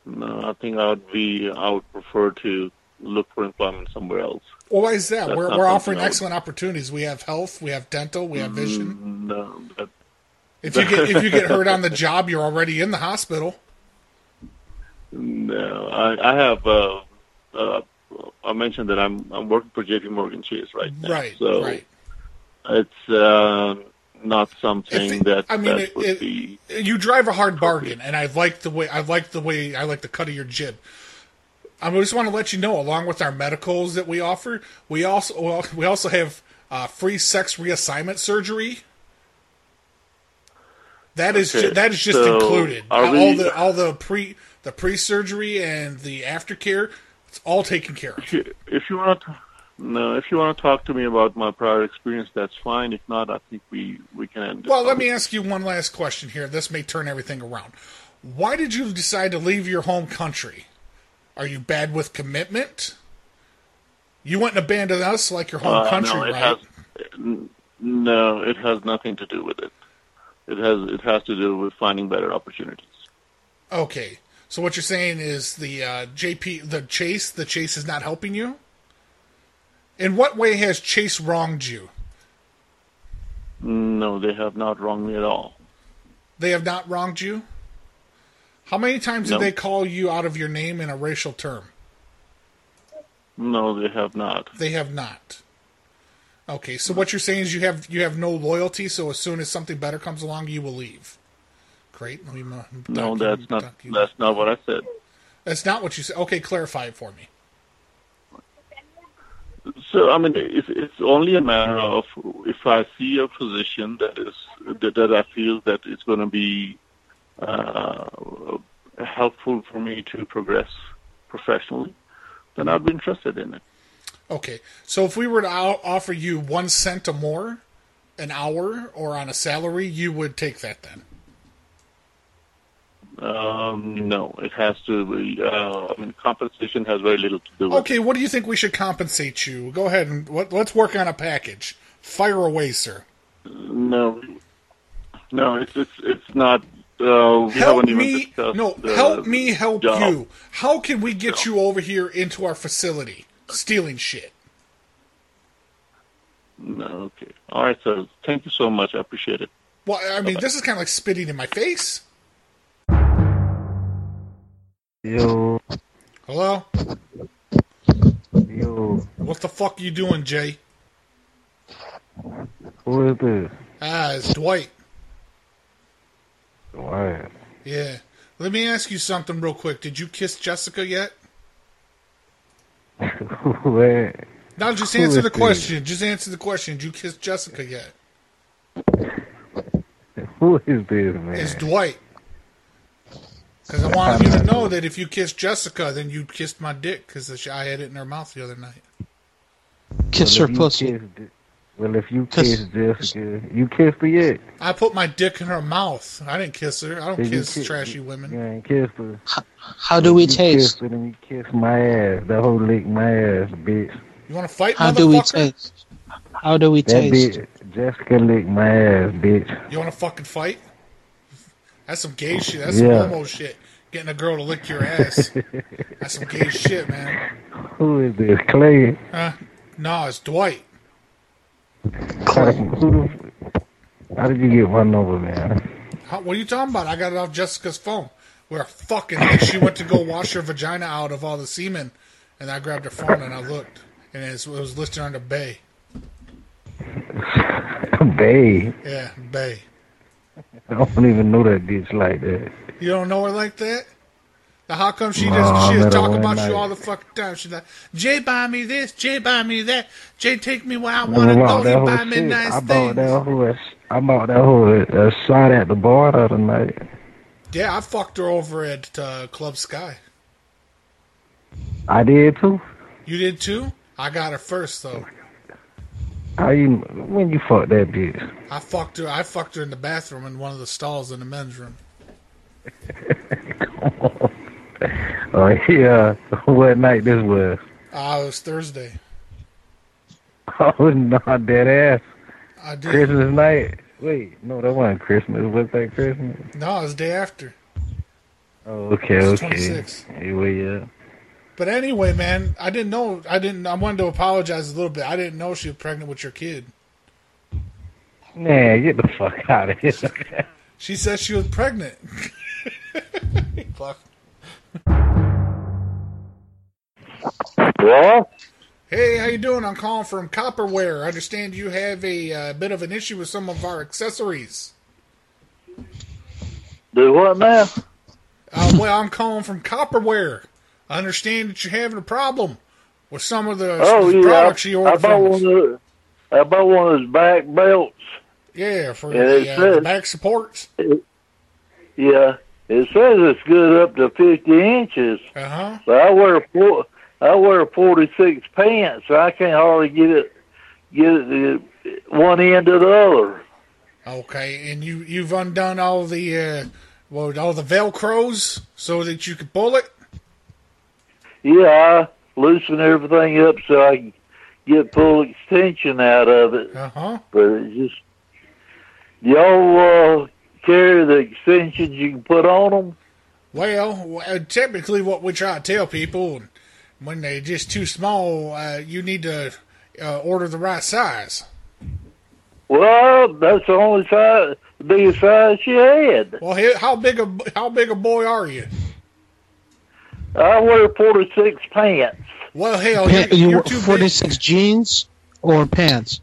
No, I think I would be. I would prefer to look for employment somewhere else. Well, why is that? That's we're not we're something offering I would- excellent opportunities. We have health, we have dental, we have vision. Mm, No, that, If you get if you get hurt on the job, you're already in the hospital. no, I, I have. Uh, uh, I mentioned that I'm I'm working for J.P. Morgan Chase right now. Right, So right. it's uh, not something that I mean, that it, would it- be. you drive a hard bargain, and I like the way I like the way I like the cut of your jib. I just want to let you know, along with our medicals that we offer, we also well, we also have uh, free sex reassignment surgery. That is ju- Okay, that is just so included. are all we- the all the pre the pre surgery and the aftercare, it's all taken care of. If you want to, no, if you want to talk to me about my prior experience, that's fine. If not, I think we we can end. it. Well, let me ask you one last question here. This may turn everything around. Why did you decide to leave your home country? Are you bad with commitment? You wouldn't abandon us like your home Uh, country, no, it right? has n- no, it has nothing to do with it. It has it has to do with finding better opportunities. Okay. So what you're saying is the uh, JP, the Chase, the Chase is not helping you. In what way has Chase wronged you? No, they have not wronged me at all. They have not wronged you. How many times No. did they call you out of your name in a racial term? No, they have not. They have not. Okay, so what you're saying is you have you have no loyalty. So as soon as something better comes along, you will leave. Great. Let me, uh, mo- No, docu- that's not that's not what I said. That's not what you said. Okay, clarify it for me. So I mean, it's it's only a matter of if I see a position that is that, that I feel that it's going to be uh, helpful for me to progress professionally, then I'd be interested in it. Okay, so if we were to o- offer you one cent or more an hour or on a salary, you would take that then. Um, no, it has to be. Uh, I mean, compensation has very little to do with Okay, what do you think we should compensate you? Go ahead and let, let's work on a package. Fire away, sir. No, no, it's it's it's not. Uh, we help haven't even me discussed. no the- help me help job. you how can we get you over here into our facility stealing shit No, okay. All right, sir. Thank you so much. I appreciate it. well i mean this is kind of like spitting in my face Yo, hello yo, what the fuck you doing jay who is this? ah it's dwight Why? yeah let me ask you something real quick did you kiss jessica yet Wait. now just answer Who is the this? question just answer the question did you kiss jessica yet Who is this man? it's dwight because i wanted you to know that if you kissed jessica then you kissed my dick because i had it in her mouth the other night Kiss her pussy. well, if you kiss Jessica, you kissed her yet? I put my dick in her mouth. I didn't kiss her. I don't Did you kiss kiss- trashy women. You ain't kissed her. How do we You taste? Kissed her, then you kissed my ass. The whole lick my ass, bitch. You want to fight, How motherfucker? do we taste? How do we That taste? bitch, Jessica licked my ass, bitch. You want to fucking fight? That's some gay shit. That's Yeah. some homo shit. Getting a girl to lick your ass. That's some gay shit, man. Who is this, Clay? Huh? Nah, it's Dwight. Who the, how did you get my number, man? How, what are you talking about? I got it off Jessica's phone. We're fucking. and she went to go wash her vagina out of all the semen, and I grabbed her phone and I looked, and it's- it was listed under Bay. Babe. Yeah, Bay. I don't even know that bitch like that. You don't know her like that? Now how come she No, doesn't? I She met her is talking one about night. you all the fucking time. She's like, Jay buy me this, Jay buy me that, Jay take me where I I want to go, bought that he whole buy me shit. nice I things. bought that whole. ass- I bought that whole uh, shot at the bar the other night. Yeah, I fucked her over at uh, Club Sky. I did too. You did too? I got her first though. How you when you fuck that bitch? I fucked her. I fucked her in the bathroom in one of the stalls in the men's room. Oh yeah, what night this was? Uh, it was Thursday. Oh no, dead ass. I did. Christmas night. Wait, no, that wasn't Christmas. Was that Christmas? No, it was the day after. Oh, okay, It's okay. 26. Anyway, yeah. But anyway, man, I didn't know. I didn't. I wanted to apologize a little bit. I didn't know she was pregnant with your kid. Man, get the fuck out of here. She said she was pregnant. Fuck. Yeah? Hey, how you doing? I'm calling from Copperware. I understand you have a uh, bit of an issue with some of our accessories. Do what now? Uh, well, I'm calling from Copperware. I understand that you're having a problem with some of the Oh, yeah. products you I ordered bought from one us. of the, I bought one of his back belts. Yeah, for Yeah, the, it uh, the says- back supports. It- yeah. It says it's good up to 50 inches. Uh huh. But I wear four, I wear forty six pants, so I can't hardly get it get it to one end to the other. Okay, and you you've undone all the uh, well all the velcros so that you could pull it. Yeah, I loosen everything up so I can get full extension out of it. Uh huh. But it just y'all uh, carry the extensions you can put on them. Well, uh, typically, what we try to tell people when they're just too small, uh, you need to uh, order the right size. Well, that's the only size, biggest size she had. Well, he- how big a how big a boy are you? I wear forty six pants. Well, oh, hell, Pa- you were 46 jeans or pants?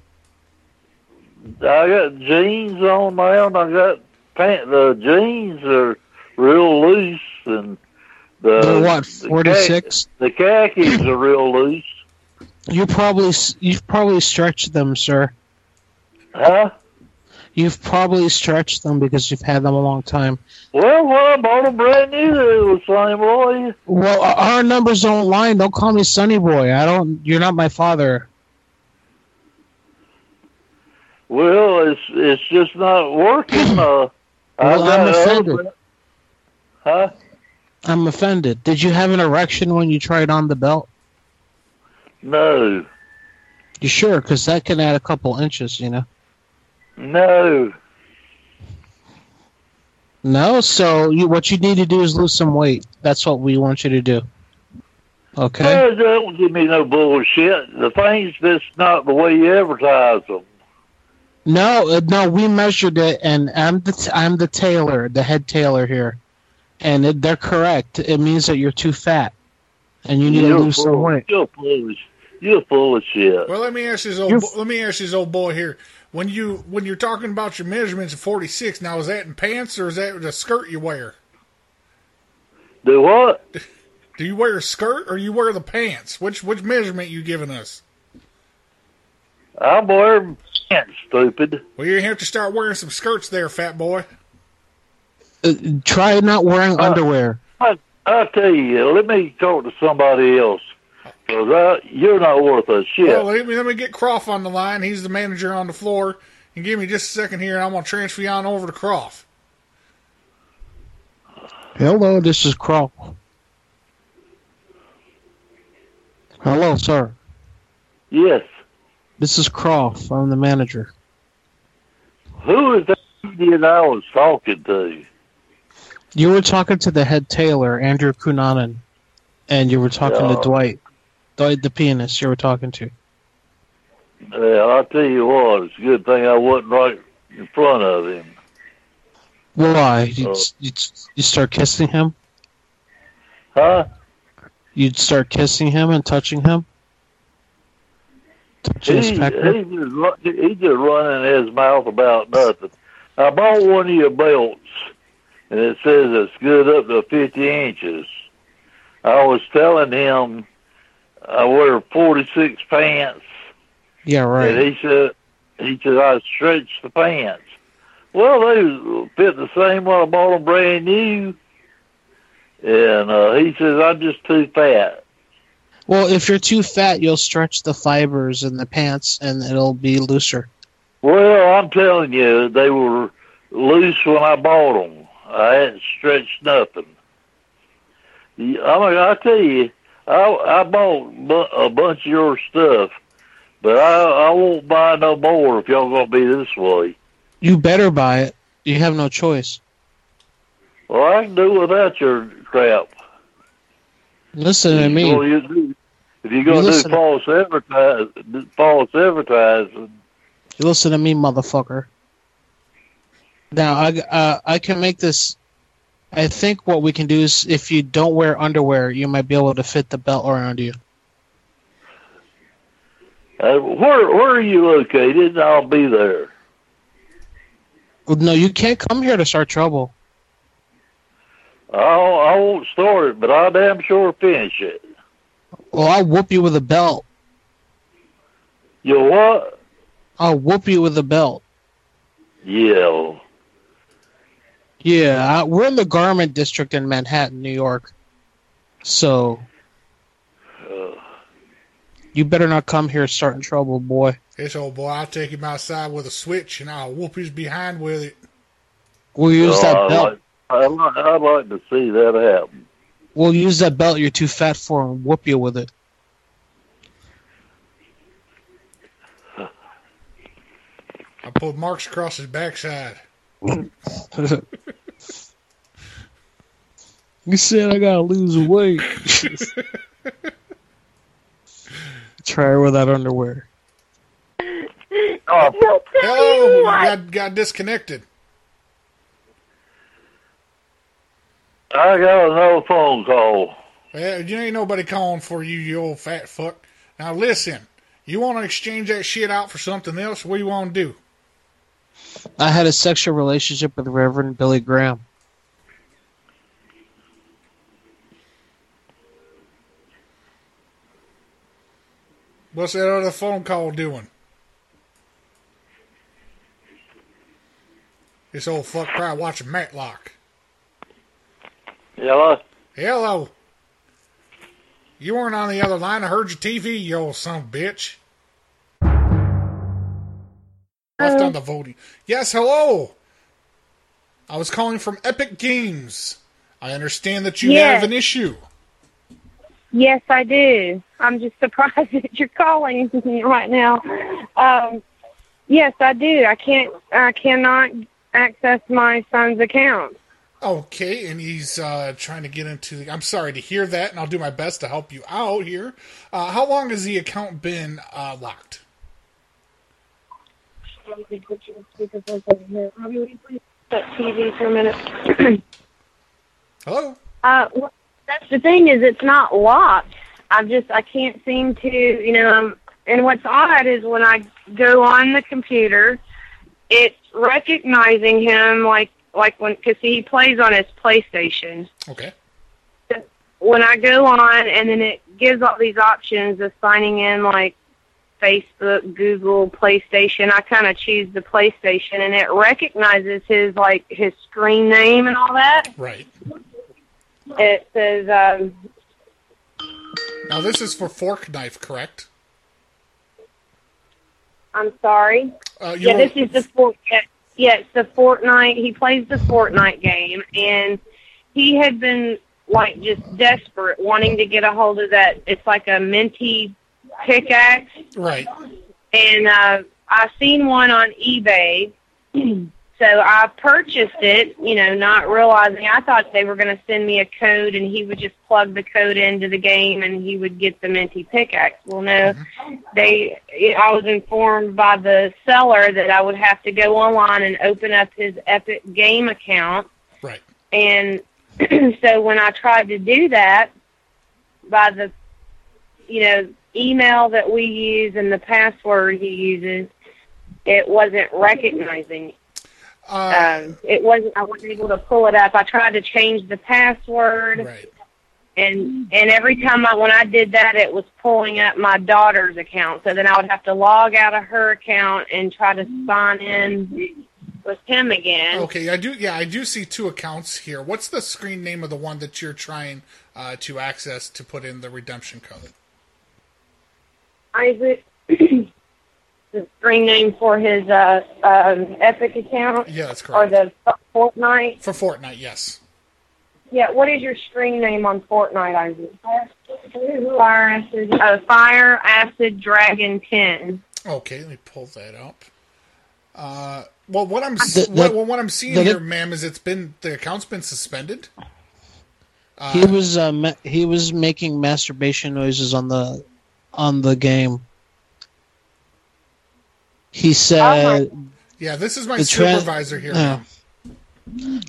I got jeans on now, and I got pant. The jeans are real loose, and the They're what, the 46? khaki- The khakis are real loose, You probably s- you've probably stretched them, sir. huh? You've probably stretched them because you've had them a long time. Well, well, I bought them brand new, Sonny boy. Well, o- uh, our numbers don't line. Don't call me Sonny Boy. I don't. You're not my father. Well, it's it's just not working. Uh, Well, I'm offended. Huh? I'm offended. Did you have an erection when you tried on the belt? No, You sure? Because that can add a couple inches. You know. no. No. So you, what you need to do is lose some weight. That's what we want you to do. Okay. Well, don't give me no bullshit. The things that's not the way you advertise them. No, uh, no, we measured it, and I'm the t- I'm the tailor, the head tailor here, and it, they're correct. It means that you're too fat, and you need You're to lose some full- weight. You're full of, you're full of shit. Well, let me ask this old You're- bo- let me ask this old boy here. When you when you're talking about your measurements at 46, now is that in pants or is that the skirt you wear? Do what? Do you wear a skirt or you wear the pants? Which which measurement you giving us? I'm wearing pants, stupid. Well, you're gonna have to start wearing some skirts there, fat boy. Uh, try not Uh, wearing underwear. I, I tell you, let me talk to somebody else. Cause I, you're not worth a shit. Well, let me let me get Croft on the line. He's the manager on the floor. And give me just a second here, and I'm gonna transfer you on over to Croft. Hello, this is Crow. Hello, sir. Yes. This is Croft. I'm the manager. Who is that idiot I was talking to? You were talking to the head tailor, Andrew Cunanan, and you were talking Yeah. to Dwight, Dwight the pianist. You were talking to. Yeah, I'll tell you what, it's a good thing I wasn't right in front of him. Why? You, Oh. you, you start kissing him. Huh? You'd start kissing him and touching him? Touching He, his he, pecker? just, ru- he just running his mouth about nothing. I bought one of your belts, and it says it's good up to 50 inches. I was telling him I wear 46 pants. Yeah, And right. he said, he said, I stretched the pants. Well, they fit the same one I bought them brand new. And uh, he says, I'm just too fat. Well, if you're too fat, you'll stretch the fibers in the pants and it'll be looser. Well, I'm telling you, they were loose when I bought them. I hadn't stretched nothing. You- I mean, I tell you, I, I bought bu- a bunch of your stuff, but I, I won't buy no more if y'all gonna be this way. You better buy it. You have no choice. Well, I can do without your crap. Listen to Well, me. you do- if you're You going to do listen. false advertise, false advertising, You listen to me, motherfucker. Now, I, uh, I can make this. I think what we can do is if you don't wear underwear, you might be able to fit the belt around you. uh, where where are you located? And I'll be there. No, you can't come here to start trouble. I'll, I won't start it, but I'll damn sure finish it. Well, I'll whoop you with a belt. You what? I'll whoop you with a belt. Yeah. Yeah, I, we're in the garment district in Manhattan, New York. So Uh, you better not come here starting trouble, boy. This old boy, I'll take him outside with a switch, and I'll whoop his behind with it. We'll use oh, that I'd belt. Like, I'd, like, I'd like to see that happen. We'll use that belt you're too fat for and whoop you with it. I pulled marks across his backside. you said I gotta lose weight. Try her without underwear. Oh, Hello, you got, got disconnected. I got another phone call. Well, you ain't nobody calling for you, you old fat fuck. Now listen, you want to exchange that shit out for something else? What do you want to do? I had a sexual relationship with Reverend Billy Graham. What's that other phone call doing? This old fuck probably watching Matlock. Hello? Hello. You weren't on the other line. I heard your TV, you old son of a bitch. Left on the voting. Yes, hello. I was calling from Epic Games. I understand that you Yes. have an issue. Yes, I do. I'm just surprised that you're calling me right now. Um, yes, I do. I can't. I cannot access my son's account. Okay, and he's uh, trying to get into the. I'm sorry to hear that, and I'll do my best to help you out here. Uh, how long has the account been uh, locked? That TV for a minute. Hello. Uh, well, that's the thing is it's not locked. I just I can't seem to you know. Um, and what's odd is when I go on the computer, it's recognizing him like like when because he plays on his PlayStation. Okay. When I go on and then it gives all these options of signing in like Facebook, Google, PlayStation. I kind of choose the PlayStation and it recognizes his like his screen name and all that. Right. It says um, Now, this is for Fork Knife, correct? I'm sorry. Uh, you yeah, won't- this is the Fort. Yeah, yeah, it's the Fortnite. He plays the Fortnite game, and he had been like just desperate, wanting to get a hold of that. It's like a minty pickaxe, Right. and uh, I seen one on eBay. So I purchased it, you know, not realizing I thought they were going to send me a code and he would just plug the code into the game and he would get the minty pickaxe. Well, Mm-hmm. no, they I was informed by the seller that I would have to go online and open up his Epic Game account. Right. And so when I tried to do that by the you know email that we use and the password he uses, it wasn't recognizing um, it wasn't. I wasn't able to pull it up. I tried to change the password, and and every time I when I did that, it was pulling up my daughter's account. So then I would have to log out of her account and try to sign in with him again. Okay, I do. Yeah, I do see two accounts here. What's the screen name of the one that you're trying uh, to access to put in the redemption code? Isaac, the screen name for his uh, um, Epic account. Yeah, that's Or correct. the F- Fortnite. For Fortnite, yes. Yeah, what is your screen name on Fortnite, Isaac? Fire Acid. Uh, Fire Acid Dragon Ten. Okay, let me pull that up. Uh, well, what I'm The- what, the- well, what I'm seeing the- here, ma'am, is it's been the account's been suspended. he was uh, ma- he was making masturbation noises on the on the game. He said Yeah, Oh this is my The tran- supervisor here. yeah.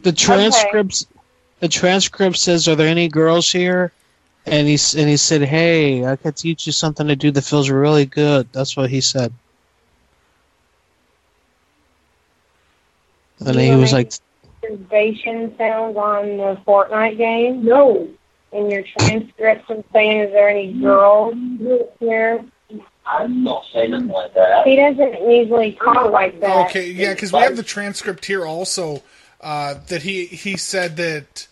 the transcripts the transcript says are there any girls here? And he s- and he said, "Hey, I could teach you something to do that feels really good." That's what he said. And You he were was like, making masturbation sounds on the Fortnite game? No. In your transcripts and saying, is there any girls here? I'm not saying nothing like that. He doesn't usually talk like that. Okay, yeah, because we have the transcript here also uh, that he he said that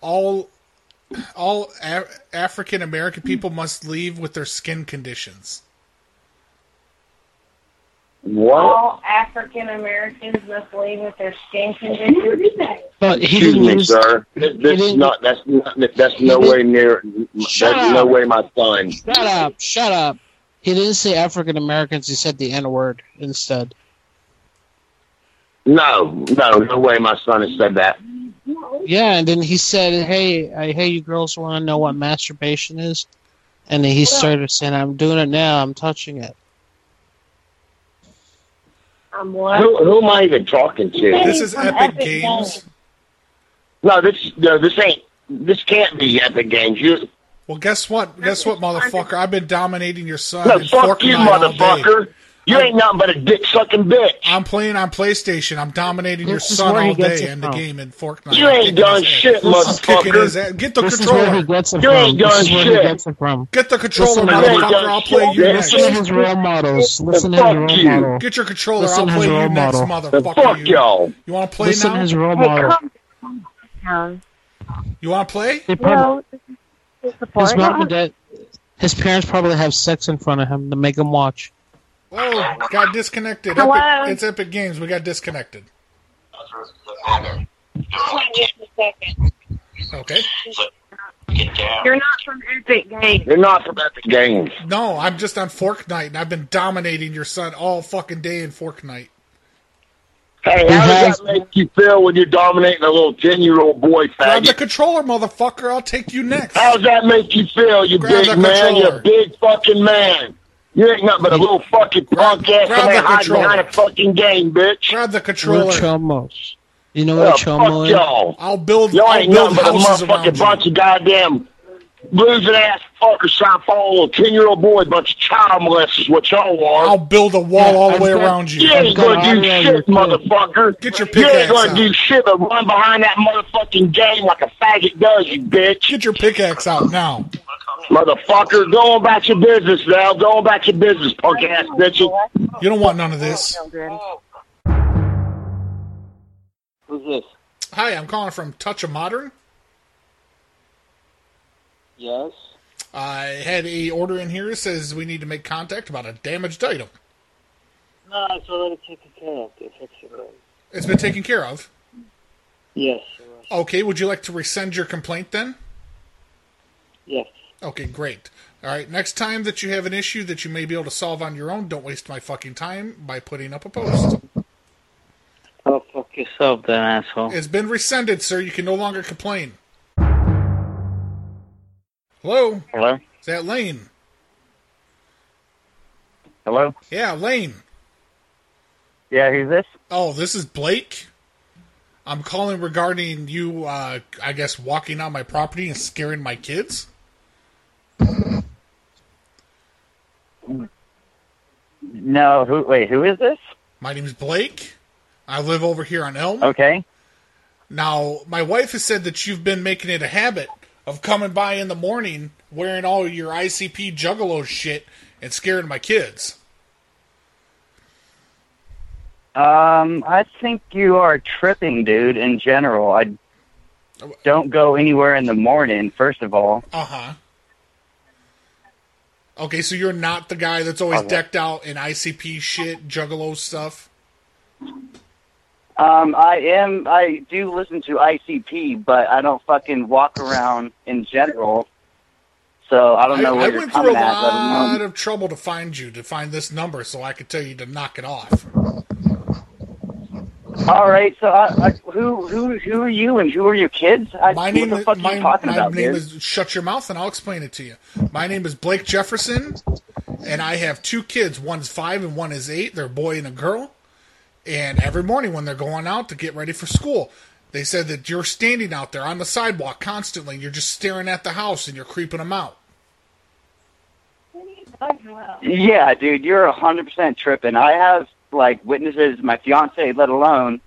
all all a- African American people must leave with their skin conditions. All African Americans must leave with their skin conditions. But he Excuse didn't me, use- sir. This, this is not. That's not. That's nowhere near. That's Shut up. nowhere my son. "Shut up! Shut up!" He didn't say African Americans. He said the N word instead. No, no, no way my son has said that. Yeah, and then he said, "Hey, I, hey, you girls want to know what masturbation is?" And then he started saying, "I'm doing it now. I'm touching it." I'm Who, who am I even talking to? This is Epic Games. No, this no, this ain't. This can't be Epic Games. You Well, guess what? Guess what, motherfucker? I've been dominating your son. no, and fuck forking you, mine Uh, all day. motherfucker. You ain't nothing but a dick sucking bitch. I'm playing on PlayStation. I'm dominating your This is son where he all gets day it in the from. game in Fortnite. You ain't done shit, I'm kicking his ass. motherfucker. Get the This is controller. where he gets it You from. ain't this done is where shit. he gets it from. Get the controller, Listen to him. motherfucker. I'll play you next. Listen to his role models. Listen to his role model. Get your controller. Listen to I'll play his you role next, model. motherfucker. Fuck you. y'all. You want to play Listen now? to his role model. You want to play? They prob- his, mom and dad, his parents probably have sex in front of him to make him watch. Whoa, Oh, got disconnected. Hello? Epic, it's Epic Games. We got disconnected. Okay. You're not from Epic Games. You're not from Epic Games. No, I'm just on Fortnite, and I've been dominating your son all fucking day in Fortnite. Hey, how does that make you feel when you're dominating a little 10 year old boy Grab the faggot? controller, motherfucker. I'll take you next. How does that make you feel, you Grab big the man? controller. You're a big fucking man. You ain't nothing but a little fucking punk ass grab man the hiding behind controller. a fucking game, bitch. Grab the We're chomos. You know what Yeah, a Oh, chomo fuck is? y'all. I'll build. Y'all I'll ain't build nothing but a houses around motherfucking you. bunch of goddamn losing ass fuckers trying to follow a 10 year old boy, bunch of child molesters, what y'all are. I'll build a wall all the way around you. You ain't gonna do shit, motherfucker. Get your You ain't pickaxe gonna out. do shit but run behind that motherfucking game like a faggot does, you bitch. Get your pickaxe out now. Motherfucker, go on about your business now. Go on about your business, punk ass bitches. You don't want none of this. Oh, Who's this? Hi, I'm calling from Touch of Modern. Yes. I had a order in here that says we need to make contact about a damaged item. No, it's already taken care of. They fixed it already. It's been taken care of. Yes. Okay, would you like to rescind your complaint then? Yes. Okay, great. All right, next time that you have an issue that you may be able to solve on your own, don't waste my fucking time by putting up a post. Go fuck yourself, then, asshole. It's been rescinded, sir. You can no longer complain. Hello? Hello? Is that Lane? Hello? Yeah, Lane. Yeah, who's this? Oh, this is Blake. I'm calling regarding you, uh, I guess, walking on my property and scaring my kids. No, who? Wait, who is this? My name's Blake. I live over here on Elm. Okay. Now, my wife has said that you've been making it a habit of coming by in the morning wearing all your ICP juggalo shit and scaring my kids. Um, I think you are tripping, dude. In general, I don't go anywhere in the morning. First of all, Uh huh. Okay, so you're not the guy that's always Okay. decked out in ICP shit, juggalo stuff. um, I am. I do listen to ICP, but I don't fucking walk around in general. So I don't know I where you're went through a coming at. but I lot don't know. of trouble to find you, to find this number, so I could tell you to knock it off. All right. So I, I, who who who are you and who are your kids? I, My what name, the is- fuck are my, you talking my about, name dude? is shut your mouth and I'll explain it to you. My name is Blake Jefferson, and I have two kids. One's five and one is eight. They're a boy and a girl. And every morning when they're going out to get ready for school, they said that you're standing out there on the sidewalk constantly. And you're just staring at the house and you're creeping them out. Yeah, dude, you're a hundred percent tripping. I have like witnesses, my fiance, let alone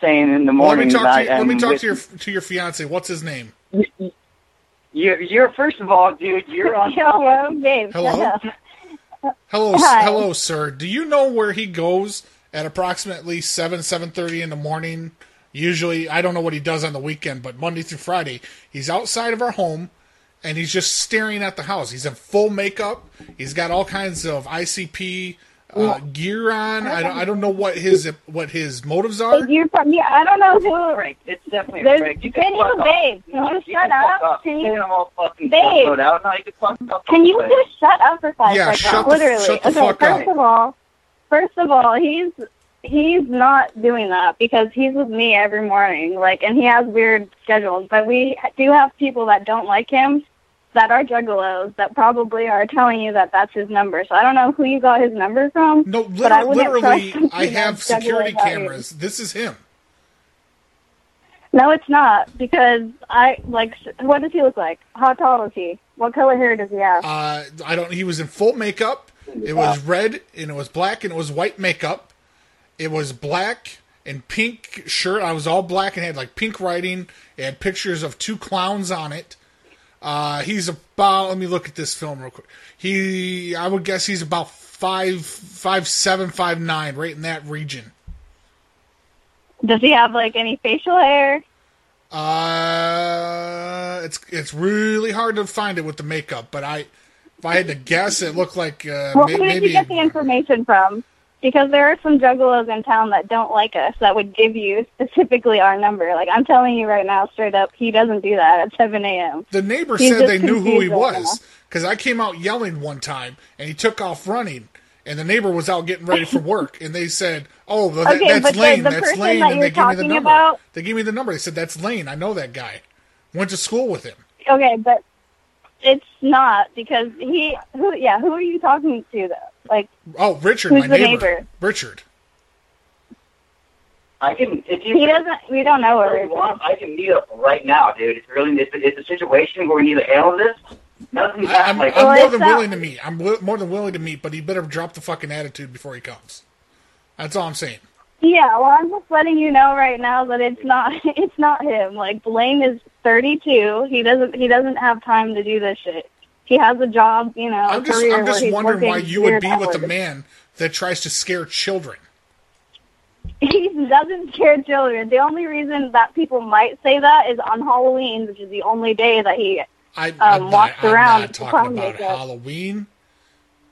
saying in the Well, let morning me talk that to you, I am let me talk with- to your to your fiance. What's his name? You're, you're first of all, dude, you're on. Hello, babe. Hello? Hello, s- Hi. hello, sir. Do you know where he goes at approximately seven, seven thirty in the morning? Usually, I don't know what he does on the weekend, but Monday through Friday, he's outside of our home, and he's just staring at the house. He's in full makeup. He's got all kinds of ICP uh, gear on. I don't, I don't know what his what his motives are. If you from, yeah, I don't know who. Frank, it's definitely a There's Frank. You can video, fuck off. babe. Can you shut up? See? Get them all fucking Babe. download out. No, you can fuck them up Can you anyway. just shut up for five Yeah, seconds? shut the- Literally. shut the okay, fuck up. first of all, first of all, he's he's not doing that because he's with me every morning, like, and he has weird schedules. But we do have people that don't like him, that are juggalos, that probably are telling you that that's his number. So I don't know who you got his number from. No, but I Liter- wouldn't literally, trust I somebody have that's juggalo security about you. cameras. This is him. No, it's not because I like. s- What does he look like? How tall is he? What color hair does he have? Uh, I don't. He was in full makeup. It was red and it was black and it was white makeup. It was black and pink shirt. I was all black and had like pink writing. It had pictures of two clowns on it. Uh, he's about. Let me look at this film real quick. He, I would guess he's about five, five seven, five nine, right in that region. Does he have like any facial hair? Uh, it's it's really hard to find it with the makeup, but I, if I had to guess, it looked like uh, well, may- who did you maybe get the information from? Because there are some juggalos in town that don't like us that would give you specifically our number. Like I'm telling you right now, straight up, he doesn't do that at 7 a.m. the neighbor He's said just they knew who he confused right was because I came out yelling one time and he took off running, and the neighbor was out getting ready for work, and they said, "Oh, well, that, Okay, but that's the- Lane, the that's person Lane," that and they you're gave me the talking number. about- They gave me the number. They said, "That's Lane. I know that guy. Went to school with him." Okay, but it's not because he. Who? Yeah, who are you talking to though? Like Oh, Richard, Who's my the neighbor. neighbor? Richard. I can. If you, he doesn't. We don't know if her. you want, I can meet up right now, dude. It's really it's, it's a situation where we need to handle this. Nothing's I, am happening. more than willing to meet. I'm wi- more than willing to meet, but he better drop the fucking attitude before he comes. That's all I'm saying. Yeah, well, I'm just letting you know right now that it's not. It's not him. Like Blaine is 32. He doesn't. He doesn't have time to do this shit. He has a job. You know. I'm a just, career I'm where just he's wondering why working you would weird be with a hours. man that tries to scare children. He doesn't scare children. The only reason that people might say that is on Halloween, which is the only day that he I, um, I'm, not, walks I'm around. not with talking clown about makeup. Halloween.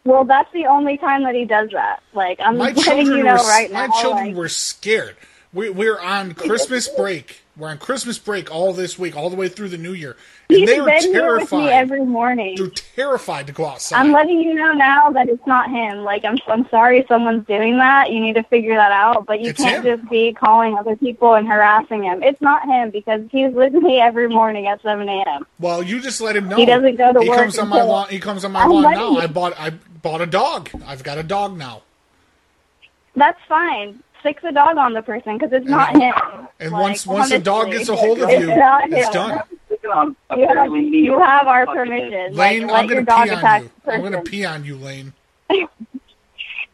Well, that's the only time that he does that. Like I'm my just letting children you know were, s- right my now. children like, were scared. We, we're on Christmas break. We're on Christmas break all this week, all the way through the New Year, and he's they were been here with me terrified. every morning. They're terrified to go outside. I'm letting you know now that it's not him. Like I'm, I'm sorry someone's doing that. You need to figure that out. But you It's can't just be calling other people and harassing him. It's not him because he's with me every morning at 7 a.m. Well, you just let him know. He doesn't go to He work comes on my until- lawn. He comes on my I'm lawn letting now. you- I bought. I bought a dog. I've got a dog now. That's fine. Stick the dog on the person because it's not him. And Like, once once the dog honestly, gets a hold of it's you, not it's him. done. You have, you have our permission. Lane, like, let I'm your gonna dog pee on attack you. the I'm gonna person. pee on you, Lane.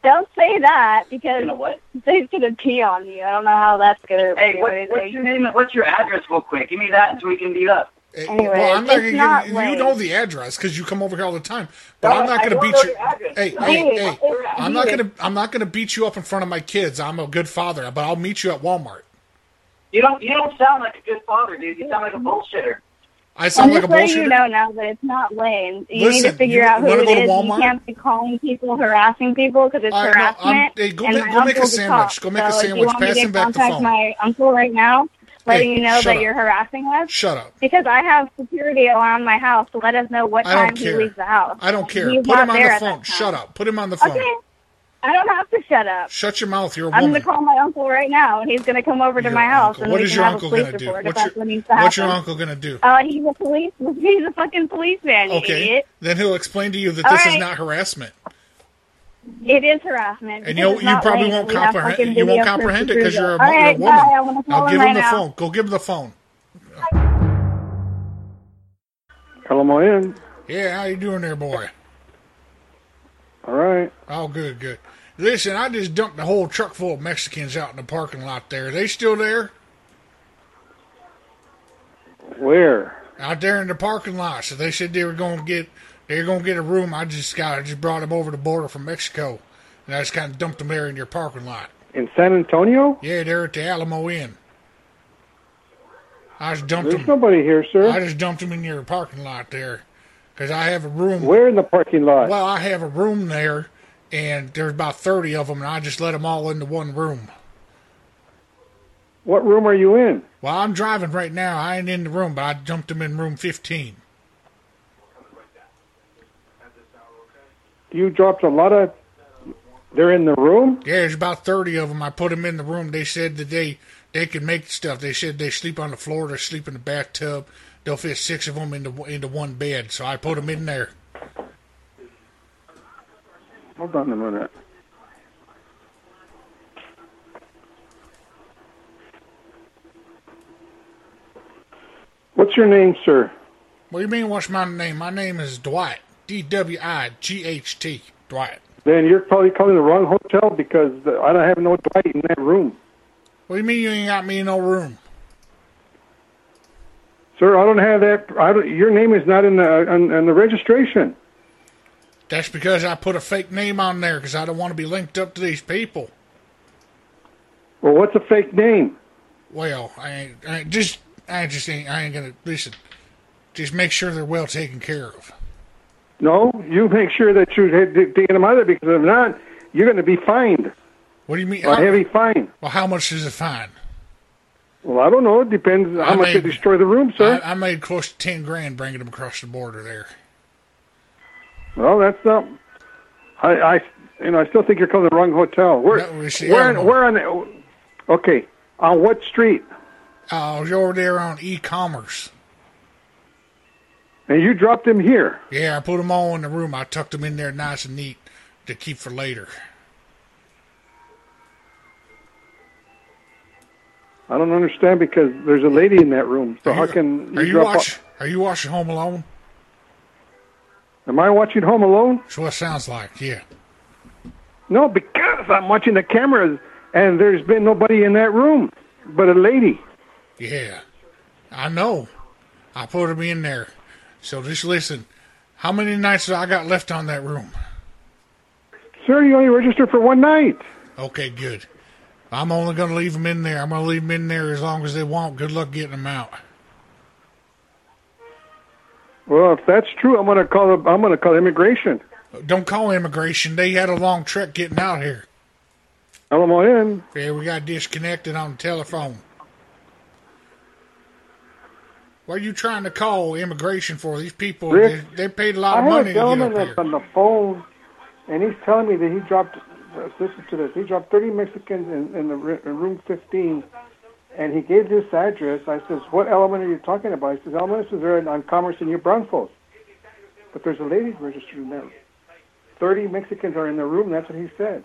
Don't say that because You know what? they're gonna pee on you. I don't know how that's gonna. Hey, do what, anything. what's your name? What's your address, real quick? Give me that so we can meet up. Anyway, well, I'm not it's gonna not give you, you Lane. know the address because you come over here all the time. But No, I'm not I gonna don't beat know you. your address. Hey, Lane, hey, hey! it's weird. I'm not gonna I'm not gonna beat you up in front of my kids. I'm a good father, but I'll meet you at Walmart. You don't. You don't sound like a good father, dude. You sound like a bullshitter. I sound I'm like a just letting you bullshitter. know now that it's not Lane. You need Listen, to figure you out who wanna it go to is. You Walmart? can't be calling people, harassing people because it's I know, I'm- harassment. hey, go and make- my go make a uncle's sandwich. cop. Go make a So if sandwich. You want me Pass to him back the contact phone. my uncle right now, letting Hey, you know shut that up. you're harassing us. Shut up. Because I have security around my house to let us know what I don't time he care. leaves the house. I don't care. He's Put not him on there the at phone. that Shut up. Put him on the time. phone. Okay. I don't have to shut up. Shut your mouth. You're a I'm woman. gonna call my uncle right now, and he's gonna come over to Your my house, uncle. and What we is can your have uncle a police gonna do? report if What's that's your- what needs to happen. What's your uncle gonna do? Oh, he's a police. He's a fucking policeman. you okay, idiot. then he'll explain to you that All this is right. not harassment, It is harassment. and because you it's you not probably lame. won't We have comprehend fucking you video won't proof comprehend to it because prove you're a, All you're a right, woman. Bye. I want to call now him give right him the now. phone. Go give him the phone. Tell them I'm in. Yeah, how you doing there, boy? All right. Oh, good, good. Listen, I just dumped a whole truck full of Mexicans out in the parking lot there. They still there? Where? Out there in the parking lot. So they said they were going to get they're going to get a room. I just got I just brought them over the border from Mexico, and I just kind of dumped them there in your parking lot. In San Antonio? Yeah, they're at the Alamo Inn. I just dumped There's them. nobody here, sir. I just dumped them in your parking lot there, because I have a room. Where in the parking lot? Well, I have a room there, and there's about thirty of them, and I just let them all into one room. What room are you in? Well, I'm driving right now. I ain't in the room, but I dumped them in room fifteen. You dropped a lot of. They're in the room? Yeah, there's about thirty of them. I put them in the room. They said that they they can make stuff. They said they sleep on the floor. They sleep in the bathtub. They'll fit six of them into into one bed. So I put them in there. Hold on a minute. What's your name, sir? What do you mean? What's my name? My name is Dwight. D W I G H T. Dwight. Then you're probably calling the wrong hotel because I don't have no Dwight in that room. What do you mean you ain't got me in no room? Sir, I don't have that. I don't, your name is not in the on, on the registration. That's because I put a fake name on there because I don't want to be linked up to these people. Well, what's a fake name? Well, I ain't, I ain't just, I just ain't, I ain't gonna listen. Just make sure they're well taken care of. No, you make sure that you had to get them out of there because if not, you're going to be fined What do you mean? a heavy fine. Well, how much is the fine? Well, I don't know. It depends how I much they mean- destroy the room, sir. I, I made close to ten grand bringing them across the border there. well, that's not. I, I, you know, I still think you're calling the wrong hotel. Where, it's the where, other on, where on? the- Okay, on what street? Uh, you're over there on e-commerce. And you dropped him here. Yeah, I put them all in the room. I tucked them in there nice and neat to keep for later. I don't understand because there's a lady in that room. So how can Are you drop? watch? Are you watching Home Alone? Am I watching Home Alone? That's what it sounds like. Yeah. No, because I'm watching the cameras, and there's been nobody in that room but a lady. Yeah, I know. I put them in there. So just listen. How many nights have I got left on that room? Sir, you only registered for one night. Okay, good. I'm only going to leave them in there. I'm going to leave them in there as long as they want. Good luck getting them out. Well, if that's true, I'm gonna call. I'm gonna call immigration. Don't call immigration. They had a long trek getting out here. Tell them all in. Yeah, we got disconnected on the telephone. What are you trying to call immigration for? These people, Rick, they, they paid a lot I of have money to a get gentleman up that's here. on the phone, and he's telling me that he dropped. uh, Listen to this. He dropped 30 Mexicans in, in the ri- in room 15, and he gave this address. I says, "What element are you talking about?" He says, "Elements is there in, on Commerce in New Braunfels." But there's a lady registered in there. 30 Mexicans are in the room. That's what he said.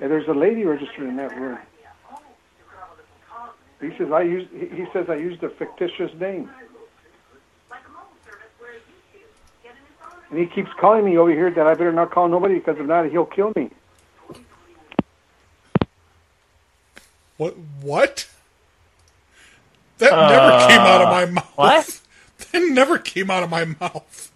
And there's a lady registered in that room. He says I used. He he says I used a fictitious name. And he keeps calling me over here that I better not call nobody because if not, he'll kill me. What? What? That never came out of my mouth. What? That never came out of my mouth.